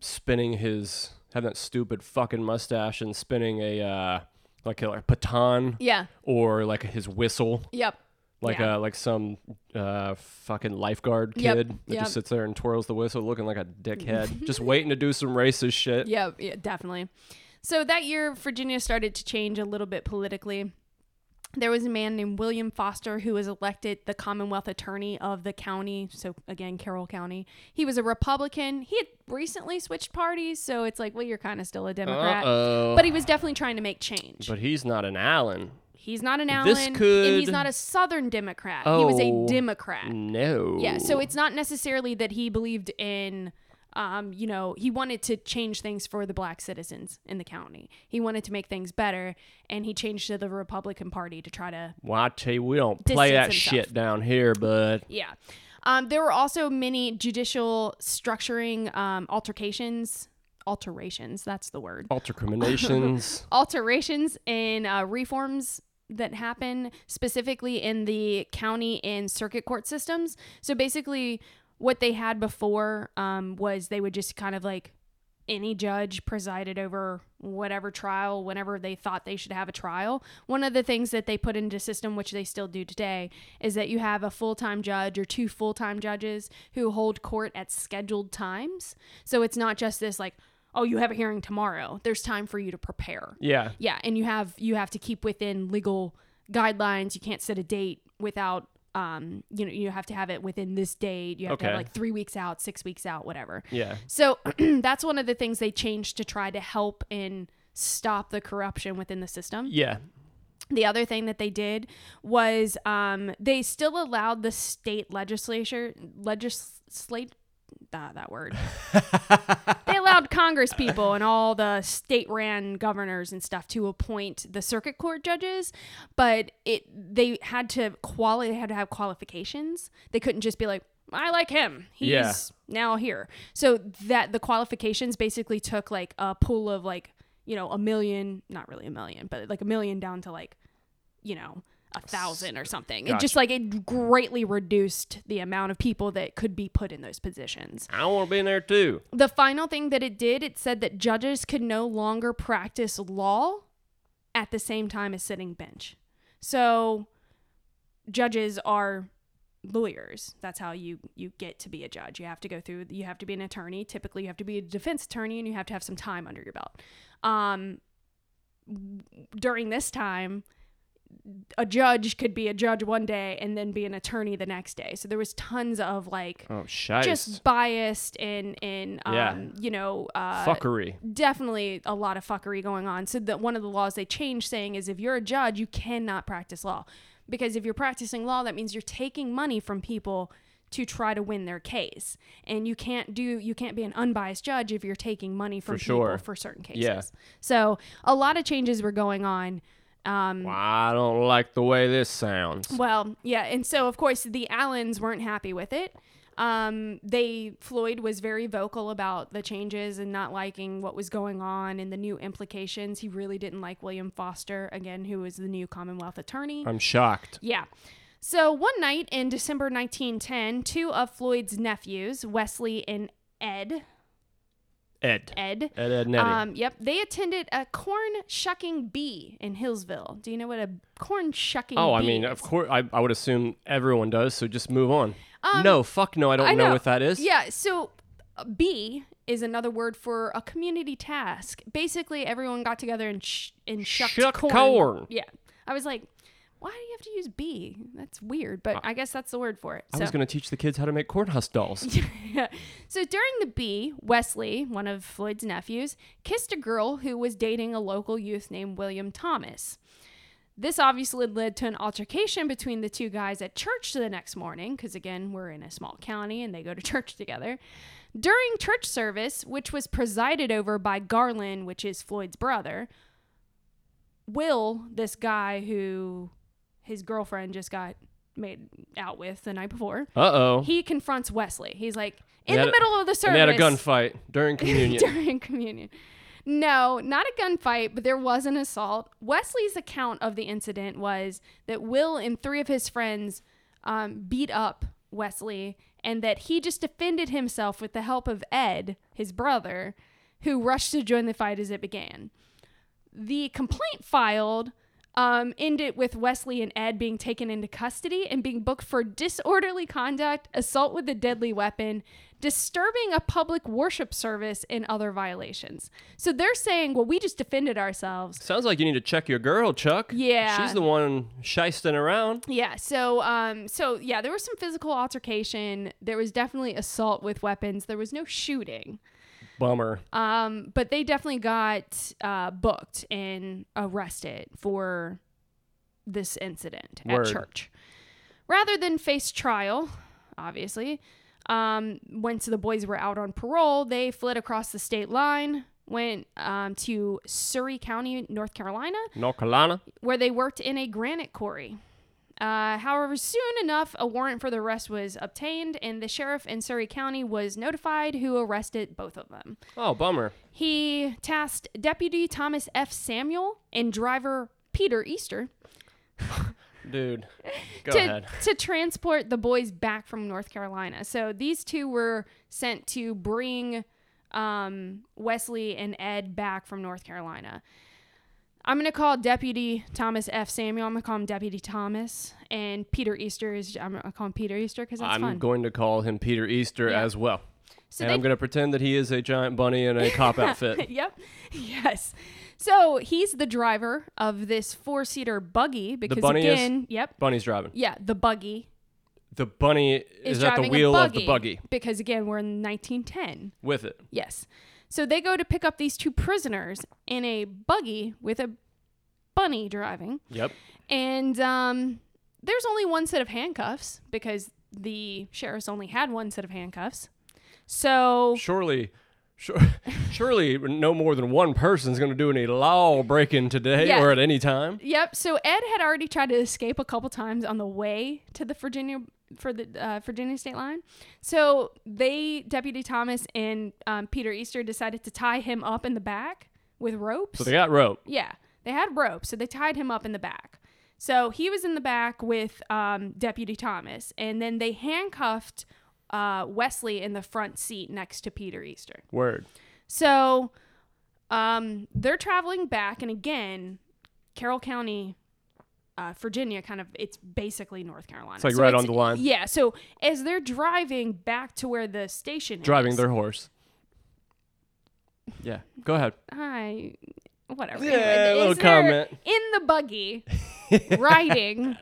spinning his having that stupid fucking mustache and spinning a uh, like a, like a baton yeah. or like his whistle, Yep. like Yeah. uh like some uh, fucking lifeguard kid Yep, that yep. just sits there and twirls the whistle, looking like a dickhead, just waiting to do some racist shit. Yeah, yeah, definitely. So that year, Virginia started to change a little bit politically. There was a man named William Foster who was elected the Commonwealth Attorney of the county. So, again, Carroll County. He was a Republican. He had recently switched parties. So it's like, well, you're kind of still a Democrat. Uh-oh. But he was definitely trying to make change. But he's not an Allen. he's not an Allen. this And could- he's not a Southern Democrat. he was Oh. a Democrat. No. Yeah, so it's not necessarily that he believed in, um, you know, he wanted to change things for the black citizens in the county. He wanted to make things better, and he changed to the Republican Party to try to, Well, I tell you, we don't play that Distance himself. shit down here, bud. yeah. Um, there were also many judicial structuring um, altercations, alterations, that's the word. Altercriminations. alterations and uh, reforms that happen specifically in the county and circuit court systems. So basically, what they had before um, was they would just kind of like any judge presided over whatever trial whenever they thought they should have a trial. One of the things that they put into system, which they still do today, is that you have a full time judge or two full time judges who hold court at scheduled times. So it's not just this like, oh, you have a hearing tomorrow. There's time for you to prepare. yeah. Yeah, and you have you have to keep within legal guidelines. You can't set a date without um you know you have to have it within this date. You have to Okay. have like 3 weeks out, 6 weeks out, whatever. Yeah. So that's one of the things they changed to try to help and stop the corruption within the system. Yeah. The other thing that they did was um, they still allowed the state legislature legislate that that word. they allowed Congress people and all the state ran governors and stuff to appoint the circuit court judges, but it they had to quali they had to have qualifications. They couldn't just be like, I like him. He's Yeah. now here. So that the qualifications basically took like a pool of like, you know, a million, not really a million, but like a million down to like, you know, a thousand or something. It just like it greatly reduced the amount of people that could be put in those positions. I want to be in there too. The final thing that it did, it said that judges could no longer practice law at the same time as sitting bench. So judges are lawyers. That's how you you get to be a judge. You have to go through you have to be an attorney. Typically you have to be a defense attorney and you have to have some time under your belt. Um during this time a judge could be a judge one day and then be an attorney the next day. So there was tons of like Oh, shice. just biased and and um, Yeah. you know uh, fuckery. definitely a lot of fuckery going on. So that one of the laws they changed saying is if you're a judge, you cannot practice law because if you're practicing law, that means you're taking money from people to try to win their case. And you can't do you can't be an unbiased judge if you're taking money from For sure. people for certain cases. Yeah. So a lot of changes were going on. Um, Well, I don't like the way this sounds. well, yeah, and so of course the Allens weren't happy with it. Um, they Floyd was very vocal about the changes and not liking what was going on and the new implications. He really didn't like William Foster again, who was the new Commonwealth attorney. I'm shocked. Yeah. So one night in December 1910, two of Floyd's nephews, Wesley and Ed, Ed. Ed, Ed, Ed, Nettie. um, yep, they attended a corn shucking bee in Hillsville. Do you know what a corn shucking? oh, bee I mean, is? of course, I, I would assume everyone does, so just move on. Um, no, fuck no, I don't I know. what that is. Yeah, so uh, B is another word for a community task. Basically, everyone got together and sh- and shucked Shuck corn. corn. Yeah, I was like, why do you have to use B? That's weird, but I guess that's the word for it. Uh, I so. was going to teach the kids how to make cornhusk dolls. so during the B, Wesley, one of Floyd's nephews, kissed a girl who was dating a local youth named William Thomas. This obviously led to an altercation between the two guys at church the next morning, because again, we're in a small county and they go to church together. During church service, which was presided over by Garland, which is Floyd's brother, Will, this guy who his girlfriend just got made out with the night before, Uh oh. he confronts Wesley. He's like, They in the had a- middle of the service. And they had a gunfight during communion. during communion. No, not a gunfight, but there was an assault. Wesley's account of the incident was that Will and three of his friends um, beat up Wesley and that he just defended himself with the help of Ed, his brother, who rushed to join the fight as it began. The complaint filed um, ended with Wesley and Ed being taken into custody and being booked for disorderly conduct, assault with a deadly weapon, disturbing a public worship service, and other violations. So they're saying, well, we just defended ourselves. Sounds like you need to check your girl, Chuck. Yeah. She's the one shysting around. Yeah. So, um, so yeah, there was some physical altercation. There was definitely assault with weapons. There was no shooting. Bummer. Um, but they definitely got uh, booked and arrested for this incident Word. at church. Rather than face trial, obviously, um, once the boys were out on parole, they fled across the state line, went um, to Surrey County, North Carolina, North Carolina. where they worked in a granite quarry. Uh, however, soon enough, a warrant for the arrest was obtained, and the sheriff in Surrey County was notified, who arrested both of them. Oh, bummer. He tasked Deputy Thomas F. Samuel and driver Peter Easter Dude. Go to, ahead. to transport the boys back from North Carolina. So these two were sent to bring um, Wesley and Ed back from North Carolina. I'm going to call Deputy Thomas F. Samuel. I'm going to call him Deputy Thomas. And Peter Easter is, I'm going to call him Peter Easter because that's I'm fun. going to call him Peter Easter as well. so and they I'm going to pretend that he is a giant bunny in a cop outfit. yep. Yes. So he's the driver of this four seater buggy because bunny is- again, yep. Bunny's driving. Yeah, the buggy The bunny is, is, at the driving wheel a of buggy the buggy because again, we're in 1910. with it. Yes. So they go to pick up these two prisoners in a buggy with a bunny driving. Yep. And um, there's only one set of handcuffs because the sheriff's only had one set of handcuffs. So Surely. Sure, surely no more than one person's going to do any law breaking today Yeah. or at any time. Yep. So Ed had already tried to escape a couple times on the way to the Virginia for the uh, Virginia state line. So they, Deputy Thomas and um, Peter Easter, decided to tie him up in the back with ropes. So they got rope. yeah, they had ropes, so they tied him up in the back. So he was in the back with um, Deputy Thomas, and then they handcuffed uh, Wesley in the front seat next to Peter Easter. Word. So um, they're traveling back, and again, Carroll County, uh, Virginia, kind of, it's basically North Carolina. It's like So right on the line. Yeah. So as they're driving back to where the station Driving is, their horse. Yeah. Go ahead. Hi. Whatever. Yeah, Anyway, a little is they're comment. In the buggy, riding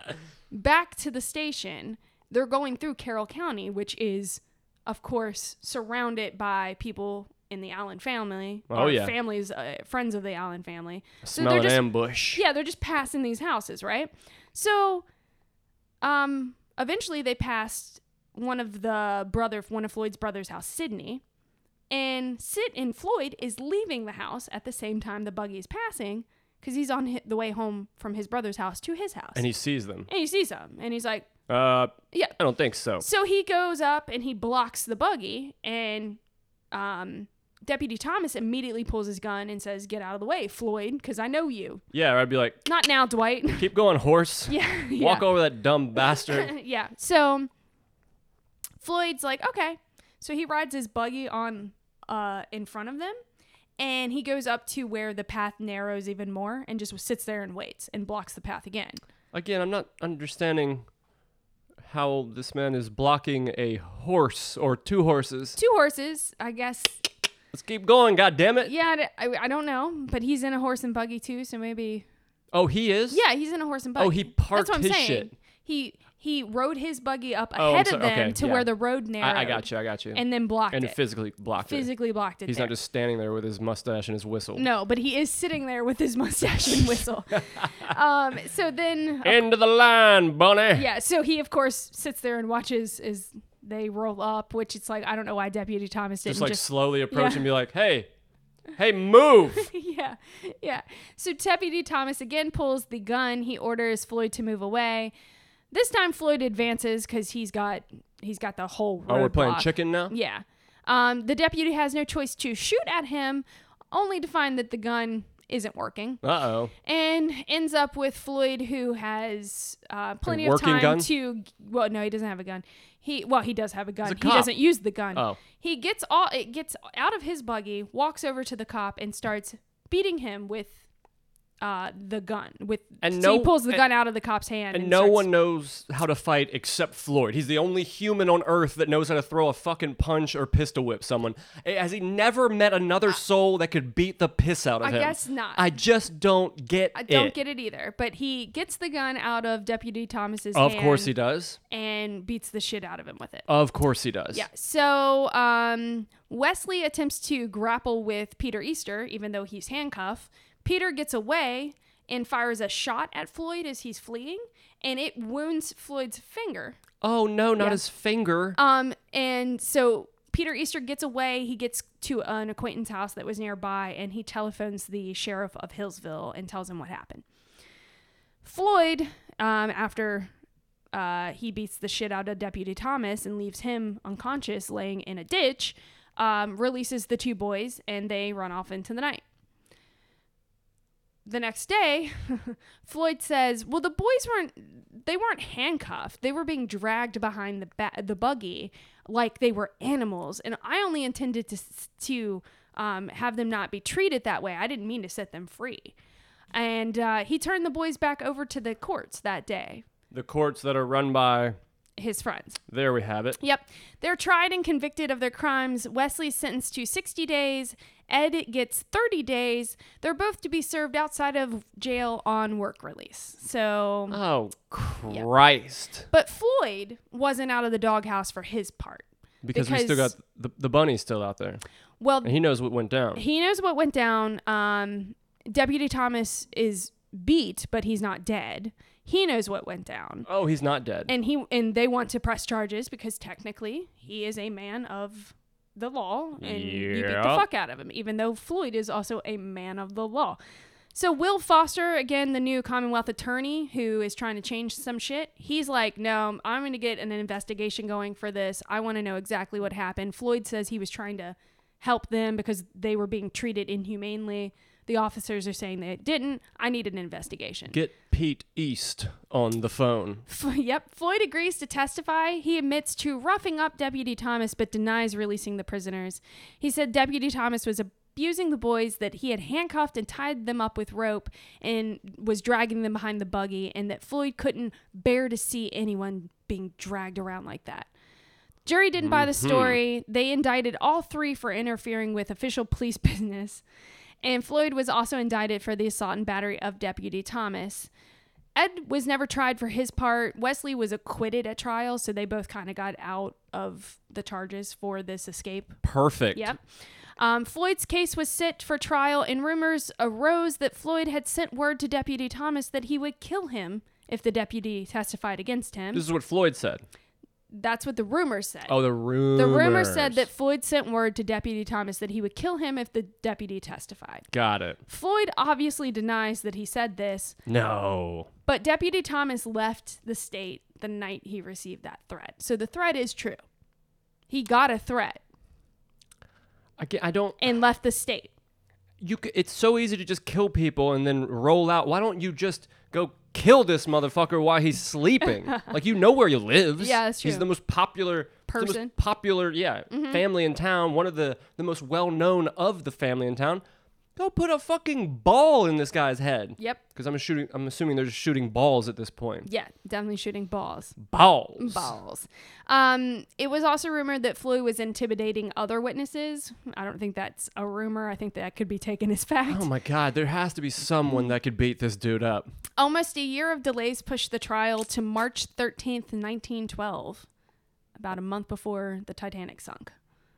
back to the station, they're going through Carroll County, which is, of course, surrounded by people in the Allen family. Oh, or yeah. Families, uh, friends of the Allen family. So Smell they're an just ambush. yeah, they're just passing these houses, right? So, um, eventually they passed one of the brother, one of Floyd's brother's house, Sydney. And Sid and Floyd is leaving the house at the same time the buggy is passing because he's on hi- the way home from his brother's house to his house. And he sees them. and he sees them and he's like, Uh, yeah. I don't think so. So he goes up and he blocks the buggy, and um, Deputy Thomas immediately pulls his gun and says, "Get out of the way, Floyd, because I know you." Yeah, I'd be like, Not now, Dwight. keep going, horse. yeah, yeah. Walk over that dumb bastard. yeah. So Floyd's like, okay. So he rides his buggy on uh, in front of them, and he goes up to where the path narrows even more, and just sits there and waits and blocks the path again. Again, I'm not understanding how this man is blocking a horse or two horses. Two horses, I guess. Let's keep going, god damn it. Yeah, I d- I, I don't know, but he's in a horse and buggy too, so maybe Oh, he is? Yeah, he's in a horse and buggy. Oh, he parked That's what I'm his saying. shit. He he rode his buggy up Oh, I'm ahead of sorry. them Okay, to yeah. where the road narrowed. I, I got you. I got you. And then blocked and it. physically blocked it. physically blocked it. He's there. not just standing there with his mustache and his whistle. no, but he is sitting there with his mustache and whistle. um, so then, End of the line, Bunny. yeah, so he of course sits there and watches as they roll up, which it's like I don't know why Deputy Thomas didn't Just like just slowly approach yeah. and be like, hey, hey, move. Oh, yeah, yeah. So Deputy Thomas again pulls the gun. He orders Floyd to move away. This time Floyd advances because he's got he's got the whole. oh, we're playing roadblock. chicken now? Yeah. Um, the deputy has no choice to shoot at him, only to find that the gun isn't working, Uh oh. and ends up with Floyd, who has uh, plenty of working time gun? to. Well, no, he doesn't have a gun. He well, he does have a gun. a he cop. doesn't use the gun. Oh. He gets all it gets out of his buggy, walks over to the cop, and starts beating him with uh, the gun. With And so no- he pulls the and- gun out of the cop's hand, And and no starts- one knows how to fight except Floyd. He's the only human on earth that knows how to throw a fucking punch or pistol whip someone. Eh, Has he never met another soul that could beat the piss out of I him? guess not. I just don't get I don't it. get it either. But he gets the gun out of Deputy Thomas's Of hand. course he does. and beats the shit out of him with it. Of course he does. Yeah. So um, Wesley attempts to grapple with Peter Easter, even though he's handcuffed. Peter gets away and fires a shot at Floyd as he's fleeing, and it wounds Floyd's finger. Oh no, not his finger. Um, and so Peter Easter gets away. He gets to an acquaintance house that was nearby, and he telephones the sheriff of Hillsville and tells him what happened. Floyd, um, after uh, he beats the shit out of Deputy Thomas and leaves him unconscious, laying in a ditch, um, releases the two boys, and they run off into the night. The next day, Floyd says, "Well, the boys weren't they weren't handcuffed. They were being dragged behind the ba- the buggy like they were animals, and I only intended to s- to um, have them not be treated that way. I didn't mean to set them free." And uh, he turned the boys back over to the courts that day. the courts that are run by His friends. there we have it. Yep. They're tried and convicted of their crimes. Wesley's sentenced to 60 days. Ed gets 30 days. They're both to be served outside of jail on work release. So, Oh Christ. but Floyd wasn't out of the doghouse for his part. Because, we still got Because- the, the bunny's still out there. Well, And he knows what went down. he knows what went down. Um, Deputy Thomas is beat, but he's not dead. He knows what went down. oh, he's not dead. and he and they want to press charges because technically he is a man of the law and you beat the Yeah. fuck out of him even though floyd is also a man of the law so will foster again the new commonwealth attorney who is trying to change some shit he's like no i'm going to get an investigation going for this i want to know exactly what happened floyd says he was trying to help them because they were being treated inhumanely the officers are saying they didn't i need an investigation Get Pete East on the phone. F- Yep. Floyd agrees to testify. He admits to roughing up Deputy Thomas but denies releasing the prisoners. He said Deputy Thomas was abusing the boys, that he had handcuffed and tied them up with rope and was dragging them behind the buggy, and that Floyd couldn't bear to see anyone being dragged around like that. Jury didn't buy the story. They indicted all three for interfering with official police business. And Floyd was also indicted for the assault and battery of Deputy Thomas. Ed was never tried for his part. Wesley was acquitted at trial, so they both kind of got out of the charges for this escape. Perfect. Yep. Um, Floyd's case was set for trial, and rumors arose that Floyd had sent word to Deputy Thomas that he would kill him if the deputy testified against him. This is what Floyd said. That's what the rumor said. Oh, the rumor. the rumor said that Floyd sent word to Deputy Thomas that he would kill him if the deputy testified. Got it. Floyd obviously denies that he said this, No. but Deputy Thomas left the state the night he received that threat. So the threat is true. He got a threat I, ge- I don't. and left the state. You. c- It's so easy to just kill people and then roll out. Why don't you just go kill this motherfucker while he's sleeping? like you know where he lives. Yeah, that's He's true. the most popular he's The Person. Mm-hmm. most popular, yeah, family in town. One of the the most well known of the family in town. Go put a fucking ball in this guy's head. Yep. Because I'm shooting. I'm assuming they're just shooting balls at this point. Yeah, definitely shooting balls. Balls. Balls. Um, it was also rumored that Floyd was intimidating other witnesses. I don't think that's a rumor. I think that could be taken as fact. Oh my god, there has to be someone that could beat this dude up. Almost a year of delays pushed the trial to March 13th, 1912, about a month before the Titanic sunk.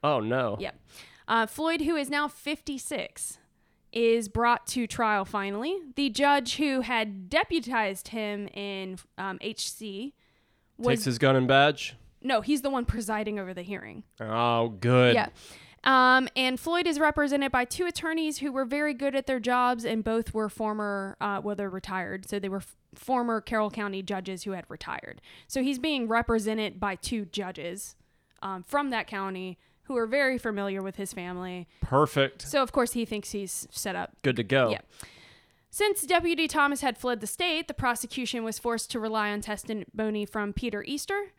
Oh no. Yep. Uh, Floyd, who is now 56, is brought to trial finally. The judge who had deputized him in um, HC Takes was. his gun and badge. no, he's the one presiding over the hearing. Oh, good. Yeah. Um, and Floyd is represented by two attorneys who were very good at their jobs, and both were former, uh, well, they're retired. So they were f- former Carroll County judges who had retired. So he's being represented by two judges um, from that county who are very familiar with his family. Perfect. So, of course, he thinks he's set up Good to go. Yeah. since Deputy Thomas had fled the state, the prosecution was forced to rely on testimony from Peter Easter.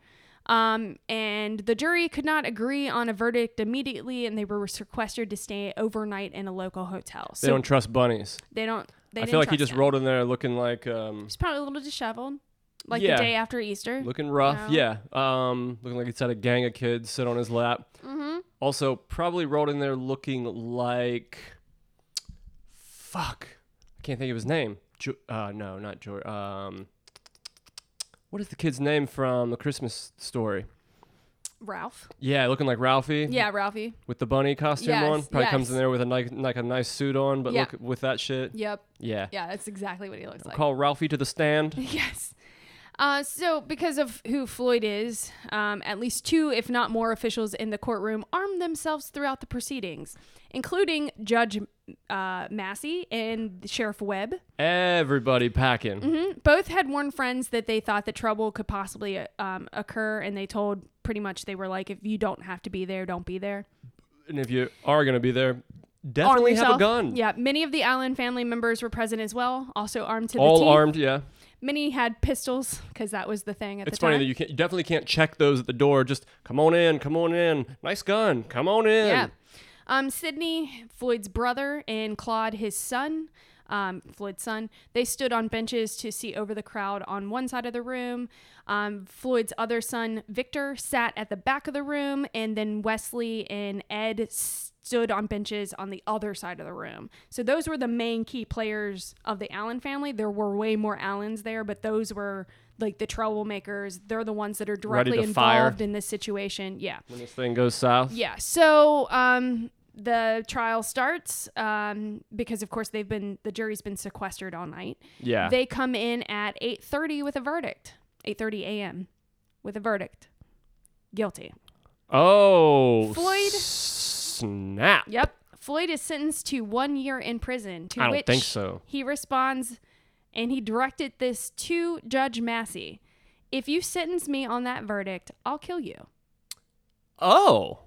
Um, and the jury could not agree on a verdict immediately, and they were requested to stay overnight in a local hotel. So They don't trust bunnies. They don't. They I didn't feel like he trust just him. rolled in there looking like um He's probably a little disheveled, like Yeah. the day after Easter. looking rough. No. Yeah. Um looking like he's had a gang of kids sit on his lap. Mm-hmm. Also probably rolled in there looking like fuck. I can't think of his name. Ju- uh no, not George. Um what is the kid's name from the Christmas story? Ralph. Yeah, looking like Ralphie. Yeah, Ralphie. with the bunny costume Yes, on. Probably comes yes. in there with a nice, like a nice suit on, but Yeah. look with that shit. Yep. Yeah. Yeah, that's exactly what he looks like. Call Ralphie to the stand. Yes. Uh, so, because of who Floyd is, um, at least two, if not more, officials in the courtroom armed themselves throughout the proceedings, including Judge uh, Massey and Sheriff Webb. Everybody packing. Both had warned friends that they thought that trouble could possibly uh, um, occur, and they told pretty much they were like, if you don't have to be there, don't be there. And if you are gonna be there, Arm definitely have a yourself. gun. Yeah. Many of the Allen family members were present as well, also armed to the All teeth. armed. Yeah. Many had pistols because that was the thing at It's the time. funny that you can't. You definitely can't check those at the door. Just come on in. Come on in. Nice gun. Come on in. Yeah. Um, Sydney, Floyd's brother, and Claude, his son, um, Floyd's son, they stood on benches to see over the crowd on one side of the room. Um, Floyd's other son, Victor, sat at the back of the room, and then Wesley and Ed stood on benches on the other side of the room. So those were the main key players of the Allen family. There were way more Allens there, but those were like the troublemakers. They're the ones that are Ready directly to fire. involved in this situation. Yeah. When this thing goes south. Yeah. So um, the trial starts um, because, of course, they've been the jury's been sequestered all night. Yeah. They come in at eight thirty with a verdict. Eight thirty a.m. with a verdict. Guilty. oh. Floyd- Snap. Yep. Floyd is sentenced to one year in prison. To I don't which think so. He responds, and he directed this to Judge Massey. If you sentence me on that verdict, I'll kill you. Oh.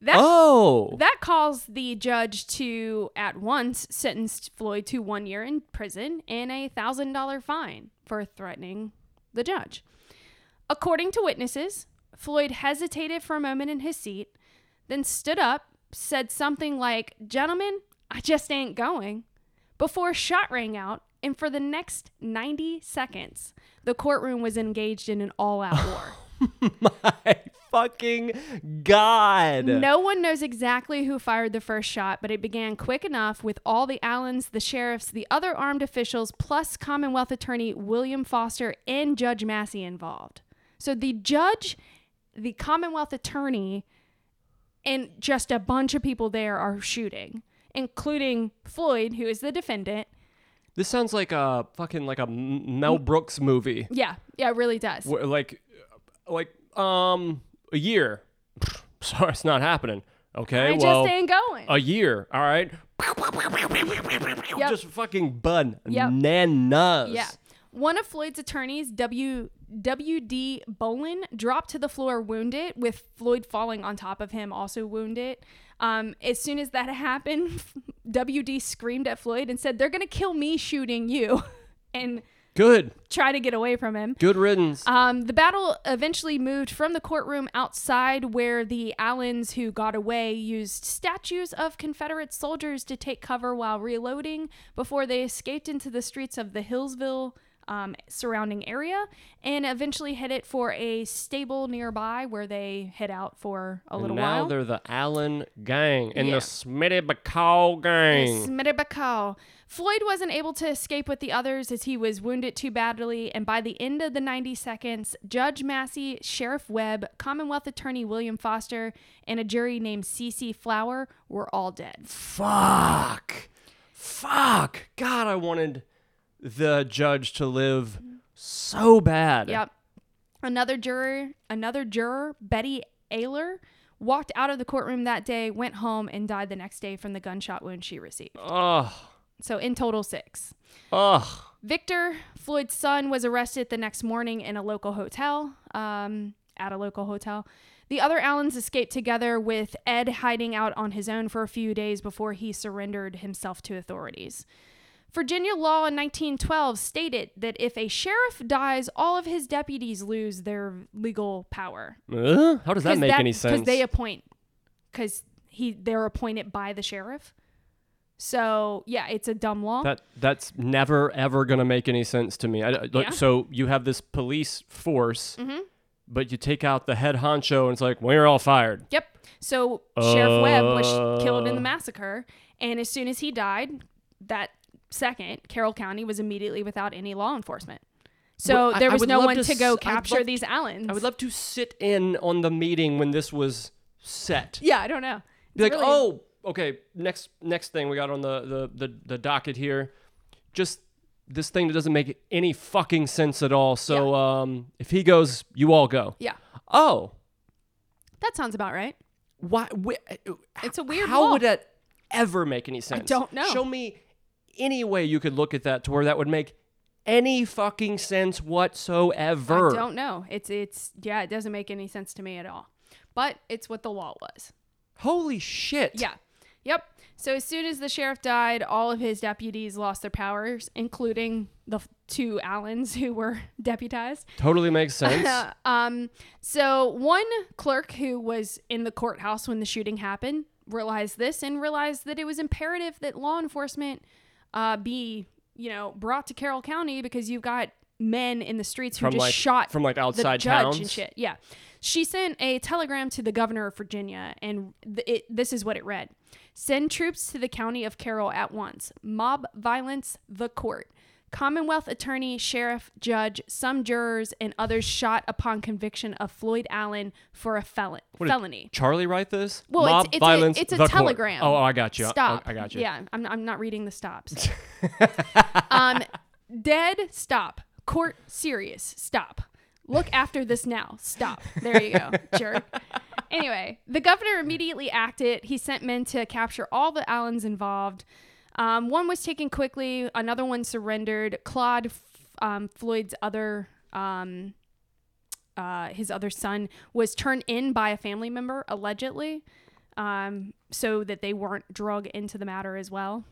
That oh. That calls the judge to at once sentence Floyd to one year in prison and a thousand dollar fine for threatening the judge. According to witnesses, Floyd hesitated for a moment in his seat, then stood up, said something like, Gentlemen, I just ain't going, before a shot rang out. And for the next 90 seconds, the courtroom was engaged in an all out war. My fucking god. No one knows exactly who fired the first shot, but it began quick enough with all the Allens, the sheriffs, the other armed officials, plus Commonwealth Attorney William Foster and Judge Massey involved. So the judge, the Commonwealth Attorney, and just a bunch of people there are shooting, including Floyd, who is the defendant. This sounds like Mm. a fucking like a M- Mel Brooks movie, Yeah, yeah, it really does. where, like like um, a year. Sorry, it's not happening. Okay, I well, just ain't going. a year. All right. Yep. Just fucking bananas. Yeah. One of Floyd's attorneys, W. W.D. Bolin, dropped to the floor wounded, with Floyd falling on top of him, also wounded. Um, as soon as that happened, W.D. screamed at Floyd and said, They're going to kill me shooting you, and Good. try to get away from him. Good riddance. Um, the battle eventually moved from the courtroom outside where the Allens who got away used statues of Confederate soldiers to take cover while reloading before they escaped into the streets of the Hillsville um, surrounding area and eventually headed for a stable nearby where they head out for a and little now while. they're the Allen gang and Yeah. the Smitty Bacall gang. Smitty Floyd wasn't able to escape with the others as he was wounded too badly, and by the end of the 90 seconds, Judge Massey, Sheriff Webb, Commonwealth Attorney William Foster, and a jury named Cece Flower were all dead. Fuck. Fuck. God, I wanted the judge to live so bad. Yep. Another juror, another juror, Betty Ayler, walked out of the courtroom that day, went home, and died the next day from the gunshot wound she received. Ugh. So in total, six. Ugh. Victor, Floyd's son, was arrested the next morning in a local hotel, um, at a local hotel. The other Allens escaped together, with Ed hiding out on his own for a few days before he surrendered himself to authorities. Virginia law in 1912 stated that if a sheriff dies, all of his deputies lose their legal power. Uh, how does that make any sense? Because they appoint, because he they're appointed by the sheriff. So yeah, it's a dumb law. That that's never ever gonna make any sense to me. I, like, Yeah. So you have this police force, but you take out the head honcho, and it's like we're all fired. Yep. So Sheriff Webb was killed in Uh. the massacre, and as soon as he died, that second, Carroll County was immediately without any law enforcement. So But I- there I was would no love one to to, go s- I'd capture love- these Allens. I would love to sit in on the meeting when this was set. Yeah, I don't know. Be like, It's really- oh, okay. Next next thing we got on the the the, the docket here, just this thing that doesn't make any fucking sense at all. So um, if he goes, you all go. yeah, Oh, that sounds about right. why? Wh- It's a weird How law. would that ever make any sense? don't know. Show me any way you could look at that to where that would make any fucking sense whatsoever. I don't know. It's it's yeah, it doesn't make any sense to me at all. But it's what the law was. Holy shit. Yeah. Yep. So as soon as the sheriff died, all of his deputies lost their powers, including the f- two Allens who were deputized. Totally makes sense. um, so one clerk who was in the courthouse when the shooting happened realized this and realized that it was imperative that law enforcement uh, be, you know, brought to Carroll County because you've got men in the streets who From, just like- shot from, like, the outside judge and towns? shit. Yeah, she sent a telegram to the governor of Virginia, and th- it, this is what it read: Send troops to the county of Carroll at once. Mob violence, the court. Commonwealth attorney, sheriff, judge, some jurors, and others shot upon conviction of Floyd Allen for a felon- did- felony. Charlie write this? Well, it's- Mob it's a- violence. it's a the court. telegram. Oh, I got you. I- Stop. I, got you. Yeah, I'm, I'm not reading the stops. um, dead. Stop. Court serious. Stop. Look after this now. Stop. There you go, jerk. Anyway, the governor immediately acted. He sent men to capture all the Allens involved. Um, one was taken quickly. Another one surrendered. Claude, F- um, Floyd's other um, uh, his other son was turned in by a family member allegedly um, so that they weren't drug into the matter as well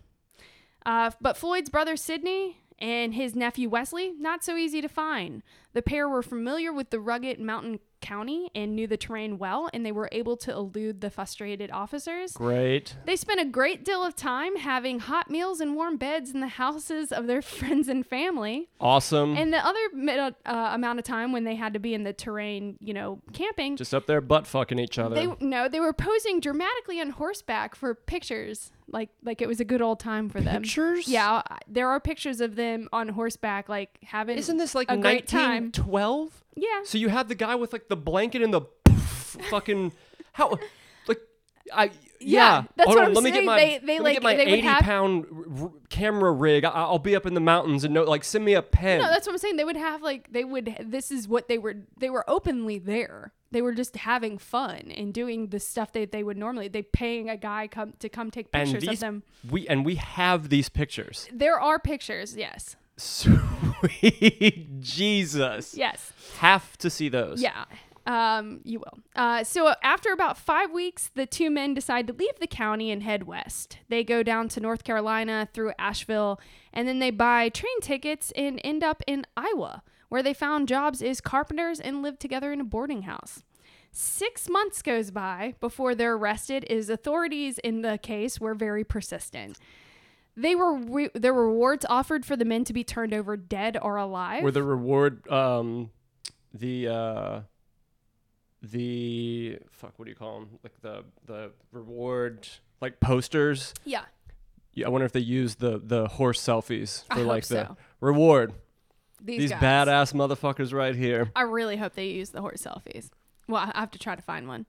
uh, but floyd's brother sidney and his nephew wesley not so easy to find the pair were familiar with the rugged mountain county and knew the terrain well and they were able to elude the frustrated officers Great. they spent a great deal of time having hot meals and warm beds in the houses of their friends and family Awesome. and the other mi- uh, amount of time when they had to be in the terrain, you know, camping, Just up there butt fucking each other. they no, they were posing dramatically on horseback for pictures, like like it was a good old time for them. Pictures? Yeah, I- there are pictures of them on horseback, like having Isn't this like a great time? 1912? Yeah, So you have the guy with like the blanket and the poof, fucking how like I, yeah, that's Hold on, what I'm let me get saying. my They- they, let me like, get my they would eighty have- pound r- r- camera rig. I, I'll be up in the mountains and no, like send me a pen. No, that's what I'm saying. They would have like they would. This is what they were. They were openly there. They were just having fun and doing the stuff that they would normally. They paying a guy come to come take and pictures of these them. we and we have these pictures. There are pictures. Yes. Sweet Jesus, Yes. have to see those. Yeah. Um, you will. Uh, so after about five weeks, the two men decide to leave the county and head west. They go down to North Carolina through Asheville, and then they buy train tickets and end up in Iowa, where they found jobs as carpenters and lived together in a boarding house. Six months goes by before they're arrested, as authorities in the case were very persistent. They were re- there were rewards offered for the men to be turned over dead or alive. where the reward um the uh the fuck what do you call them like the the reward like posters yeah. yeah, i wonder if they use the the horse selfies I for hope like the so. reward These, these, guys. badass motherfuckers right here I really hope they use the horse selfies. Well, I I have to try to find one.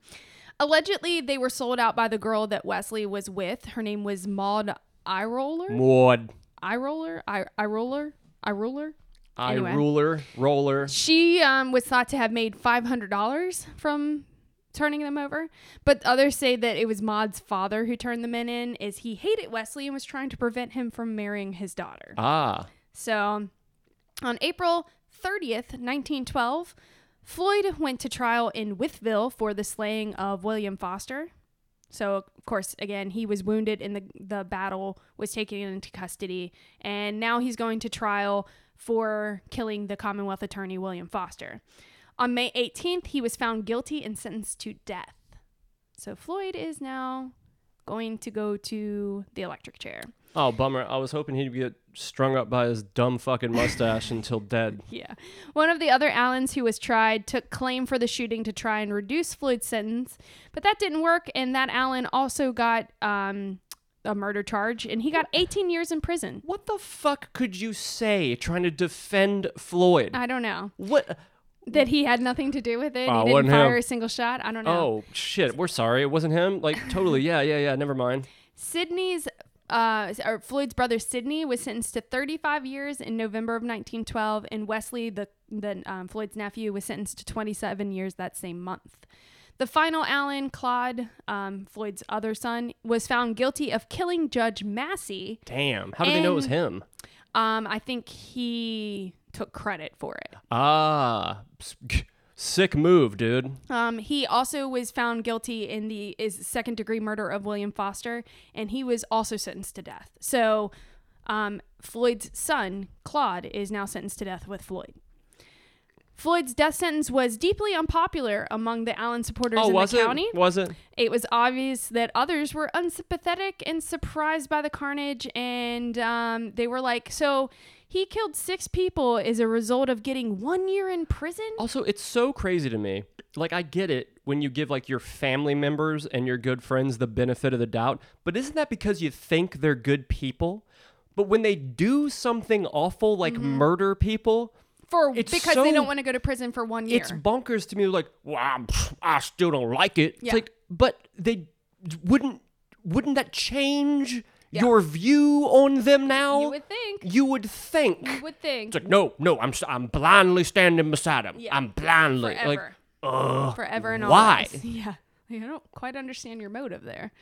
Allegedly, they were sold out by the girl that Wesley was with. Her name was Maud Iroller. Maud, Iroller? I- Iroller? Iroller? eye Anyway. ruler roller She um, was thought to have made $500 from turning them over, but others say that it was Maud's father who turned the men in, as he hated Wesley and was trying to prevent him from marrying his daughter. ah So on April 30th, 1912, Floyd went to trial in Withville for the slaying of William Foster. So, of course, again, he was wounded in the, the battle, was taken into custody, and now he's going to trial for killing the Commonwealth attorney, William Foster. On May 18th, he was found guilty and sentenced to death. So, Floyd is now going to go to the electric chair. oh bummer i was hoping he'd get strung up by his dumb fucking mustache until dead Yeah. One of the other Allens who was tried took claim for the shooting to try and reduce Floyd's sentence, but that didn't work. And that Allen also got um, a murder charge, and he got 18 years in prison. what the fuck could you say trying to defend floyd I don't know what that he had nothing to do with it. Oh, it he didn't wasn't fire him. a single shot. I don't know. Oh shit! We're sorry. It wasn't him. Like totally. Yeah, yeah, yeah. Never mind. Sydney's. Uh, or Floyd's brother Sidney was sentenced to 35 years in November of 1912, and Wesley, the, the um, Floyd's nephew, was sentenced to 27 years that same month. The final Allen, Claude, um, Floyd's other son, was found guilty of killing Judge Massey. Damn. How do they know it was And- him? Um, I think he took credit for it. Ah, s- g- sick move, dude. Um, he also was found guilty in the is second degree murder of William Foster, and he was also sentenced to death. So, um, Floyd's son Claude is now sentenced to death with Floyd. Floyd's death sentence was deeply unpopular among the Allen supporters Oh, in was the it? county. Was it? It was obvious that others were unsympathetic and surprised by the carnage, and um, they were like, "So he killed six people as a result of getting one year in prison." Also, it's so crazy to me. Like, I get it when you give like your family members and your good friends the benefit of the doubt, but isn't that because you think they're good people? But when they do something awful, like Mm-hmm. murder people, for It's because so- they don't want to go to prison for one year. it's bonkers to me. Like, well, I'm- I still don't like it. It's Yeah. like, but they wouldn't. Wouldn't that change Yeah. your view on them now? you would think. You would think. You would think it's like, no, no, I'm s- I'm blindly standing beside him. Yeah. I'm blindly forever, like, ugh. forever and why? always. Yeah, Like, I don't quite understand your motive there.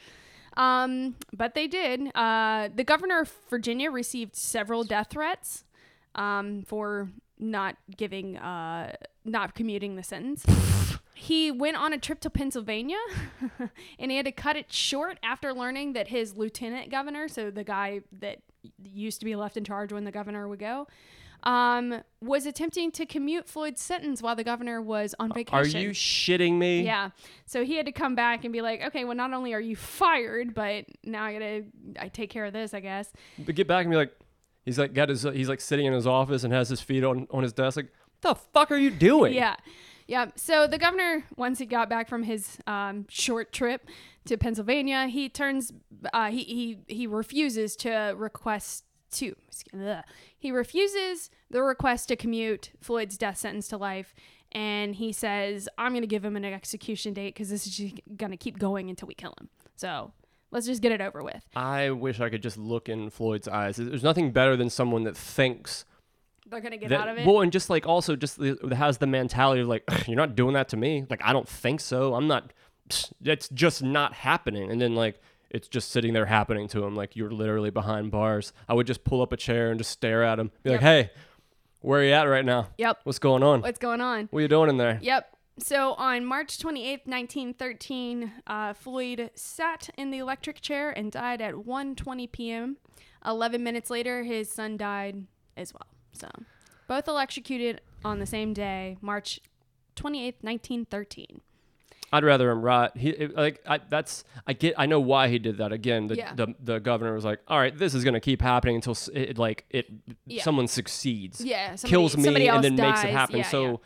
Um, but they did. Uh, the governor of Virginia received several death threats um, for not giving, uh, not commuting the sentence. he went on a trip to Pennsylvania and he had to cut it short after learning that his lieutenant governor, so the guy that used to be left in charge when the governor would go, um, was attempting to commute Floyd's sentence while the governor was on Are vacation. you shitting me? yeah. So he had to come back and be like, okay, well, not only are you fired, but now I gotta I take care of this, I guess. But get back and be like, he's like got his he's like sitting in his office and has his feet on on his desk. Like, the fuck are you doing? Yeah. Yeah. So the governor, once he got back from his um, short trip to Pennsylvania, he turns, uh, he, he, he refuses to request two. ugh. He refuses the request to commute Floyd's death sentence to life, and he says, "I'm going to give him an execution date because this is just going to keep going until we kill him." So let's just get it over with. I wish I could just look in Floyd's eyes. There's nothing better than someone that thinks They're going to get that, out of it. well, and just like also just the, has the mentality of like "Ugh, you're not doing that to me. Like I don't think so. I'm not. psst, That's just not happening. And then like it's just sitting there happening to him. Like you're literally behind bars. I would just pull up a chair and just stare at him. Be like, hey, where are you at right now? Yep. What's going on? What's going on? What are you doing in there? Yep. So on March 28th, 1913, uh, Floyd sat in the electric chair and died at 1:20 p.m. 11 minutes later, his son died as well. So both electrocuted on the same day, March 28th, 1913. I'd rather him rot. He it- like I, that's I get I know why he did that. Again, the Yeah. the, the governor was like, "All right, this is going to keep happening until s- it, like it Yeah. someone succeeds, Yeah, somebody- kills me, somebody else and then makes it dies. happen." Yeah, so yeah.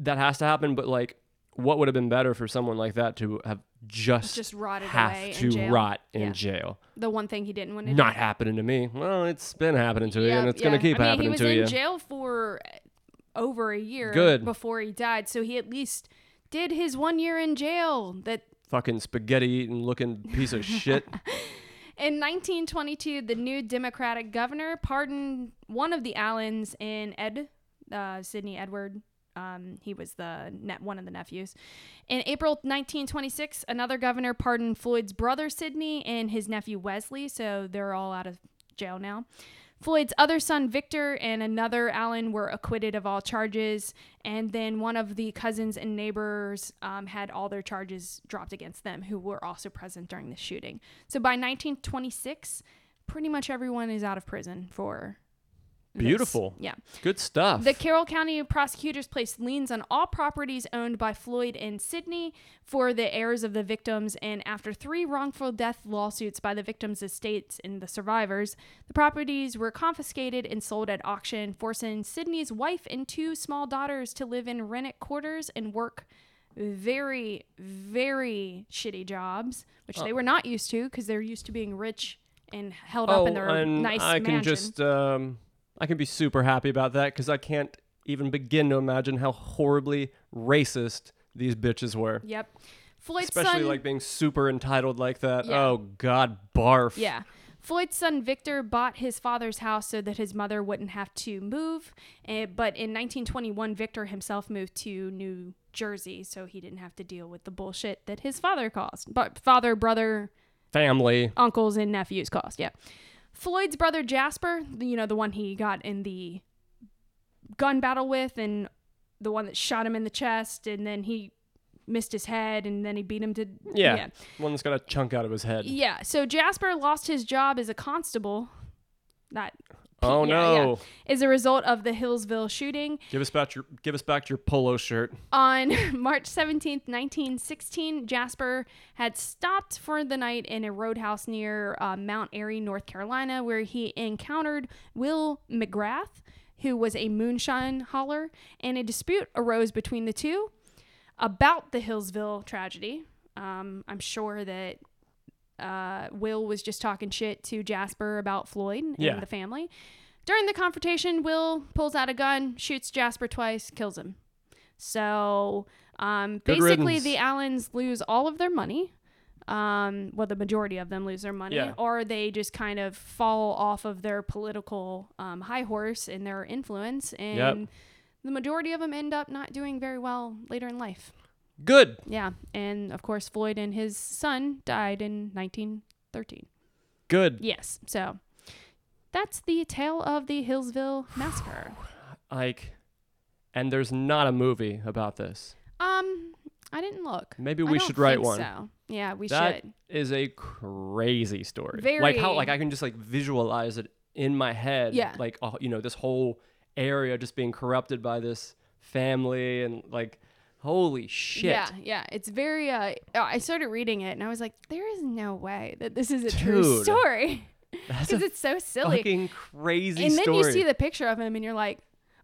that has to happen. But like, what would have been better for someone like that to have just Just rotted have away in to jail. rot in Yeah. jail? The one thing he didn't want to Not do. happening to me. Well, it's been happening to you, Yeah, and it's going to yeah. keep I mean, happening he was to in you. jail for over a year Good. before he died, so he at least did his one year in jail that Fucking spaghetti eating looking piece of shit. In 1922, the new Democratic governor pardoned one of the Allens in Ed, uh, Sidney Edward. Um, he was the ne- one of the nephews. In April 1926, another governor pardoned Floyd's brother Sidney and his nephew Wesley, so they're all out of jail now. Floyd's other son Victor and another Allen were acquitted of all charges, and then one of the cousins and neighbors um, had all their charges dropped against them, who were also present during the shooting. So by 1926, pretty much everyone is out of prison for. this. Beautiful. Yeah. Good stuff. The Carroll County prosecutors placed liens on all properties owned by Floyd and Sidney for the heirs of the victims, and after three wrongful death lawsuits by the victims' estates and the survivors, the properties were confiscated and sold at auction, forcing Sidney's wife and two small daughters to live in rented quarters and work very, very shitty jobs, which Oh. they were not used to because they're used to being rich and held up in their Oh, and nice I can mansion. just um, I can be super happy about that because I can't even begin to imagine how horribly racist these bitches were. Yep. Floyd's Especially son, like being super entitled like that. Yeah. Oh God, barf. Yeah. Floyd's son Victor bought his father's house so that his mother wouldn't have to move. eh, But in 1921, Victor himself moved to New Jersey so he didn't have to deal with the bullshit that his father caused. But father, brother, Family. uncles, and nephews caused. Yeah. Floyd's brother Jasper, you know, the one he got in the gun battle with and the one that shot him in the chest and then he missed his head and then he beat him to Yeah. One that's got a chunk out of his head. yeah. So Jasper lost his job as a constable. That Oh yeah, yeah, no. is a result of the Hillsville shooting Give us back your give us back your polo shirt. on March 17th, 1916. Jasper had stopped for the night in a roadhouse near uh, Mount Airy, North Carolina, where he encountered Will McGrath, who was a moonshine hauler, and a dispute arose between the two about the Hillsville tragedy. Um, I'm sure that uh, Will was just talking shit to Jasper about Floyd and Yeah. the family. During the confrontation, Will pulls out a gun, shoots Jasper twice, kills him. So um, Good basically, riddance. the Allens lose all of their money. Um, well, the majority of them lose their money, Yeah. or they just kind of fall off of their political um, high horse and their influence, and the majority of them end up not doing very well later in life. Good. Yeah, and of course, Floyd and his son died in 1913. Good. Yes, so that's the tale of the Hillsville massacre. Like and there's not a movie about this. Um, I didn't look. Maybe I we don't should write think one. So. Yeah, we That should. is a crazy story. Like Very. how like I can just like visualize it in my head. Yeah. Like oh, you know this whole area just being corrupted by this family and like holy shit. Yeah, yeah. It's very. Uh, oh, I started reading it and I was like, there is no way that this is a true Dude. story That's because a it's so silly. fucking crazy and story. then you see the picture of him and you're like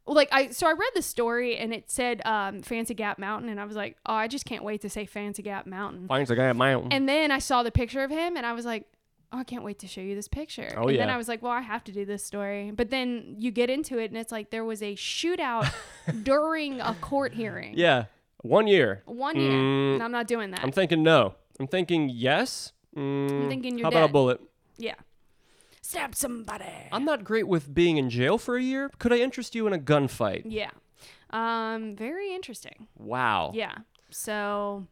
well, like i so i read the story and it said um, fancy gap mountain and i was like oh i just can't wait to say fancy gap mountain Finds a guy at my own. and then i saw the picture of him and i was like oh, I can't wait to show you this picture. Oh, and then yeah. I was like, well, I have to do this story. But then you get into it and it's like there was a shootout during a court hearing. Yeah. One year. One year. Mm. and I'm not doing that. I'm thinking no. I'm thinking yes. Mm, thinking you're How about a dead. bullet? yeah. Stab somebody. I'm not great with being in jail for a year. Could I interest you in a gunfight? yeah. Um, very interesting. Wow. Yeah. So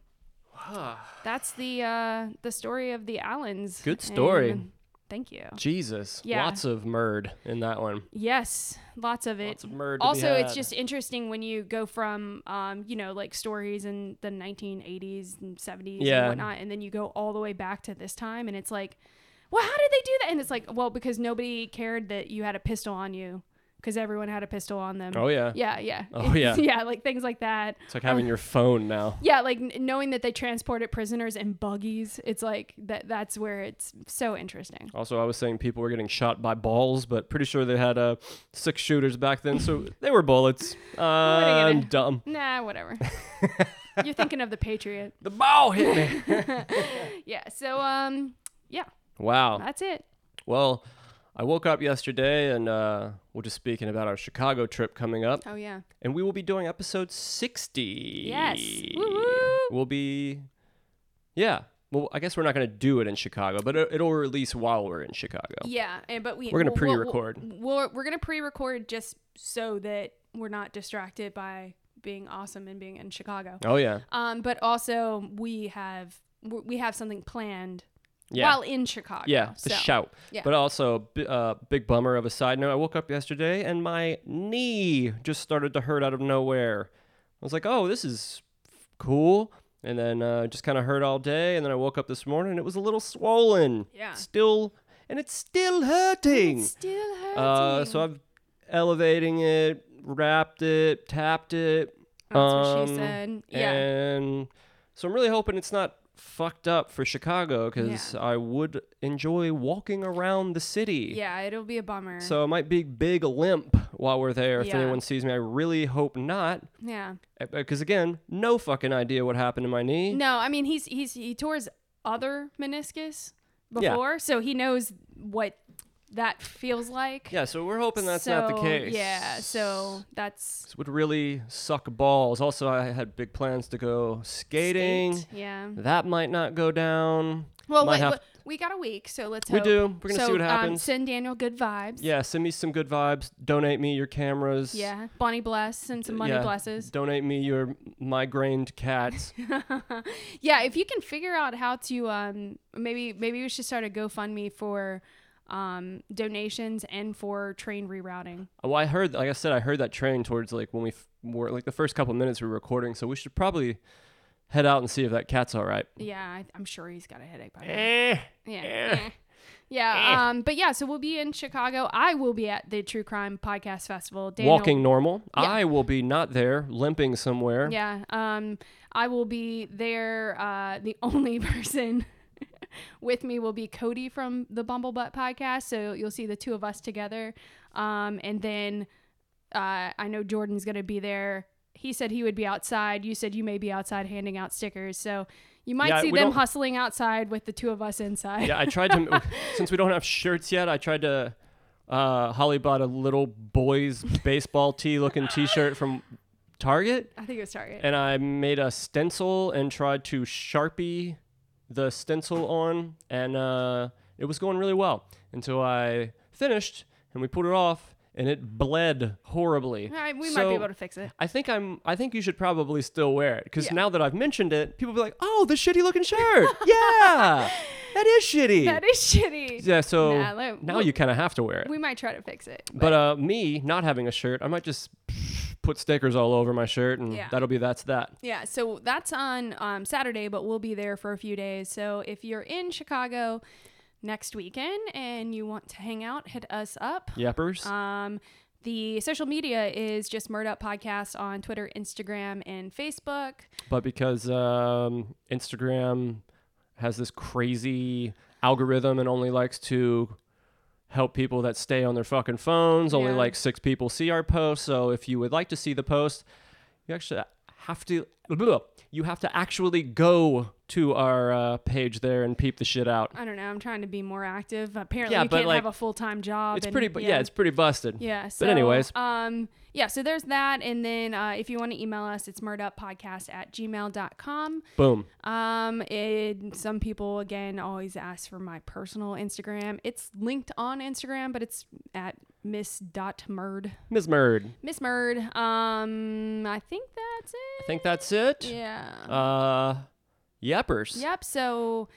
that's the uh the story of the Allens. Good story. And thank you. Jesus. Yeah. Lots of murd in that one. Yes, lots of it. Lots of murder to be also, it's had. just interesting when you go from, um, you know, like stories in the 1980s and 70s Yeah. and whatnot, and then you go all the way back to this time, and it's like, well, how did they do that? And it's like, well, because nobody cared that you had a pistol on you, because everyone had a pistol on them. Oh, yeah. Yeah, yeah. Oh, yeah. yeah, like things like that. It's like having your phone now. Yeah, like n- knowing that they transported prisoners in buggies. It's like that. That's where it's so interesting. Also, I was saying people were getting shot by balls, but pretty sure they had uh, six shooters back then, so they were bullets. Uh, What are you I'm gonna- dumb. Nah, whatever. You're thinking of the Patriot. The ball hit me. Yeah. So um, yeah, wow. that's it. Well, I woke up yesterday and uh, we're just speaking about our Chicago trip coming up. Oh yeah. And we will be doing episode 60. Yes. Woo-hoo. We'll be, yeah. Well, I guess we're not going to do it in Chicago, but it, it'll release while we're in Chicago. Yeah, and but we Oh. We're gonna we'll- we'll- pre-record. We'll, we're we're gonna pre-record just so that we're not distracted by being awesome and being in Chicago. Oh, yeah. Um, but also we have we we have something planned Yeah. while in Chicago. yeah, the so. shout. yeah. But also, b- uh, big bummer of a side note. I woke up yesterday and my knee just started to hurt out of nowhere. I was like, "Oh, this is cool," and then uh, just kind of hurt all day. And then I woke up this morning and it was a little swollen. Yeah. Still, and it's still hurting. Still hurting. Uh, so I'm elevating it, wrapped it, tapped it. That's what she um, said. Yeah. And so I'm really hoping it's not fucked up for Chicago because Yeah. I would enjoy walking around the city. yeah, it'll be a bummer. So it might be big limp while we're there if Yeah. anyone sees me. I really hope not. yeah. Because again, no fucking idea what happened to my knee. No, I mean he's he's he tore his other meniscus Yeah. before, so he knows what that feels like. Yeah, so we're hoping that's not the So, case. Yeah, so that's This would really suck balls. Also, I had big plans to go skating. eight, Yeah. That might not go down. Well, Might wait, have- wait, we got a week, so let's. We hope. do. We're gonna see so, what Um, happens. send Daniel good vibes. yeah, send me some good vibes. Donate me your cameras. Yeah. Bonnie bless. Send some money Yeah. blesses. Donate me your migrained cats. Yeah. If you can figure out how to, um, maybe maybe we should start a GoFundMe for, um, donations and for train rerouting. well, Oh, I heard, like I said, I heard that train towards like when we f- were like the first couple minutes we were recording. So we should probably head out and see if that cat's all right. Yeah, I, I'm sure he's got a headache. By now. Eh. Yeah. eh. Yeah. Um, but yeah, so we'll be in Chicago. I will be at the True Crime Podcast Festival. Daniel, Walking normal. I will be not there, limping somewhere. Yeah. Um, I will be there. Uh, the only person with me will be Cody from the Bumblebutt podcast. So you'll see the two of us together. Um, and then uh, I know Jordan's going to be there. He said he would be outside. You said you may be outside handing out stickers. So you might Yeah, see we them don't- hustling outside with the two of us inside. Yeah, I tried to. since we don't have shirts yet, I tried to. Uh, Holly bought a little boy's baseball tee looking T-shirt from Target, I think it was Target. and I made a stencil and tried to sharpie the stencil on, and uh, it was going really well until I finished and we pulled it off, and it bled horribly. All right, we might So- be able to fix it. I think I'm. I think you should probably still wear it because Yeah. now that I've mentioned it, people be like, "Oh, the shitty looking shirt. yeah, that is shitty. That is shitty. Yeah, so Nah, like, now we- you kind of have to wear it. We might try to fix it. but uh, me not having a shirt, I might just put stickers all over my shirt, and Yeah. that'll be that's that. Yeah, so that's on um, Saturday, but we'll be there for a few days. So if you're in Chicago next weekend and you want to hang out, hit us up. Yappers. Um, the social media is just Murd Up Podcast on Twitter, Instagram, and Facebook. but because um, Instagram has this crazy algorithm and only likes to help people that stay on their fucking phones, only Yeah. like six people see our post. So if you would like to see the post, you actually have to blah, blah, blah. you have to actually go to our uh, page there and peep the shit out. I don't know. I'm trying to be more active. Apparently, Yeah, you but, can't have like, a full time job. It's and- pretty, bu- yeah, it's pretty busted. yeah. but anyways, um, yeah. So there's that, and then uh, if you want to email us, it's murduppodcast at gmail.com. boom. Um, it, some people again always ask for my personal Instagram. It's linked on Instagram, but it's at miss.murd. Ms. Murd, Miss Murd. Um, I think that's I it. think that's it. Yeah. Uh, yeppers. Yep. So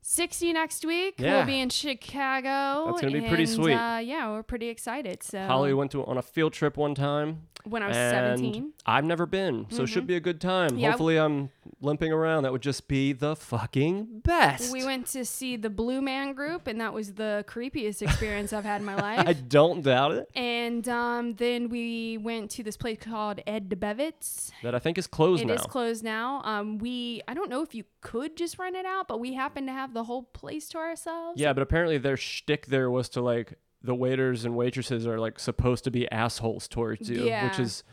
60 next week. Yeah. We'll be in Chicago. That's gonna be pretty and, sweet. Uh, yeah, we're pretty excited. So Holly went to on a field trip one time. when I was Mm-hmm. and 17. I've never been, so it should be a good time. Yeah. Hopefully, I'm limping around. That would just be the fucking best. We went to see the Blue Man Group, and that was the creepiest experience I've had in my life. I don't doubt it. and um, then we went to this place called Ed DeBevitt's. That I think is closed It is now. closed now. Um, we I don't know if you could just rent it out, but we happened to have the whole place to ourselves. yeah, but apparently their shtick there was to like the waiters and waitresses are like supposed to be assholes towards you, which Yeah. is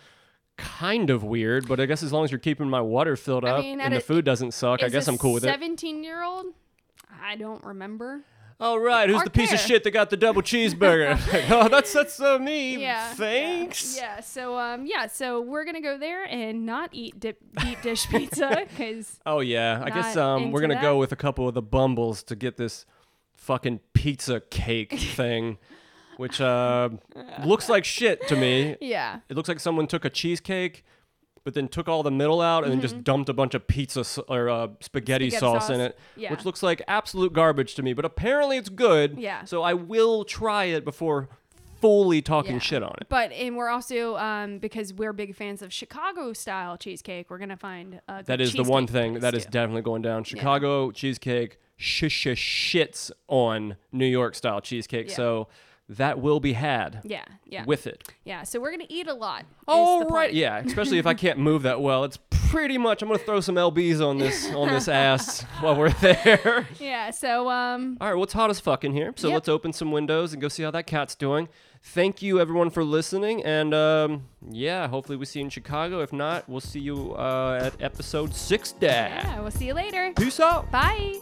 kind of weird. But I guess as long as you're keeping my water filled I up mean, at and the a- food doesn't suck, I As guess a I'm cool with it. 17 year old, I don't remember. All right, who's the piece of Arcare. shit that got the double cheeseburger? Like, oh, that's that's uh, me. yeah. Thanks. Yeah. So um yeah, so we're gonna go there and not eat dip, deep dish pizza because Oh yeah, I guess Not um, we're into gonna go that? with a couple of the bumbles to get this fucking pizza cake thing, which uh, looks like shit to me. yeah. It looks like someone took a cheesecake, but then took all the middle out and then just dumped a bunch of pizza s- or uh, spaghetti, Mm-hmm. Spaghetti sauce, in sauce. it, Yeah. which looks like absolute garbage to me. But apparently it's good. Yeah. So I will try it before fully talking Yeah. shit on it. But and we're also um because we're big fans of Chicago style cheesecake, we're gonna find a good That is the one cheesecake thing place, that is too. definitely going down. Chicago cheesecake sh- sh- shits on New York style cheesecake, Yeah. so that will be had yeah yeah with it. yeah. So we're gonna eat a lot. is All the right, point. yeah. Especially if I can't move that well, it's pretty much. I'm gonna throw some lbs on this on this ass while we're there. yeah. So um All right, well, it's hot as fuck in here, so Yep. let's open some windows and go see how that cat's doing. Thank you, everyone, for listening, and um, yeah, hopefully we see you in Chicago. If not, we'll see you uh, at episode six. Dad, yeah, we'll see you later. peace out. Bye.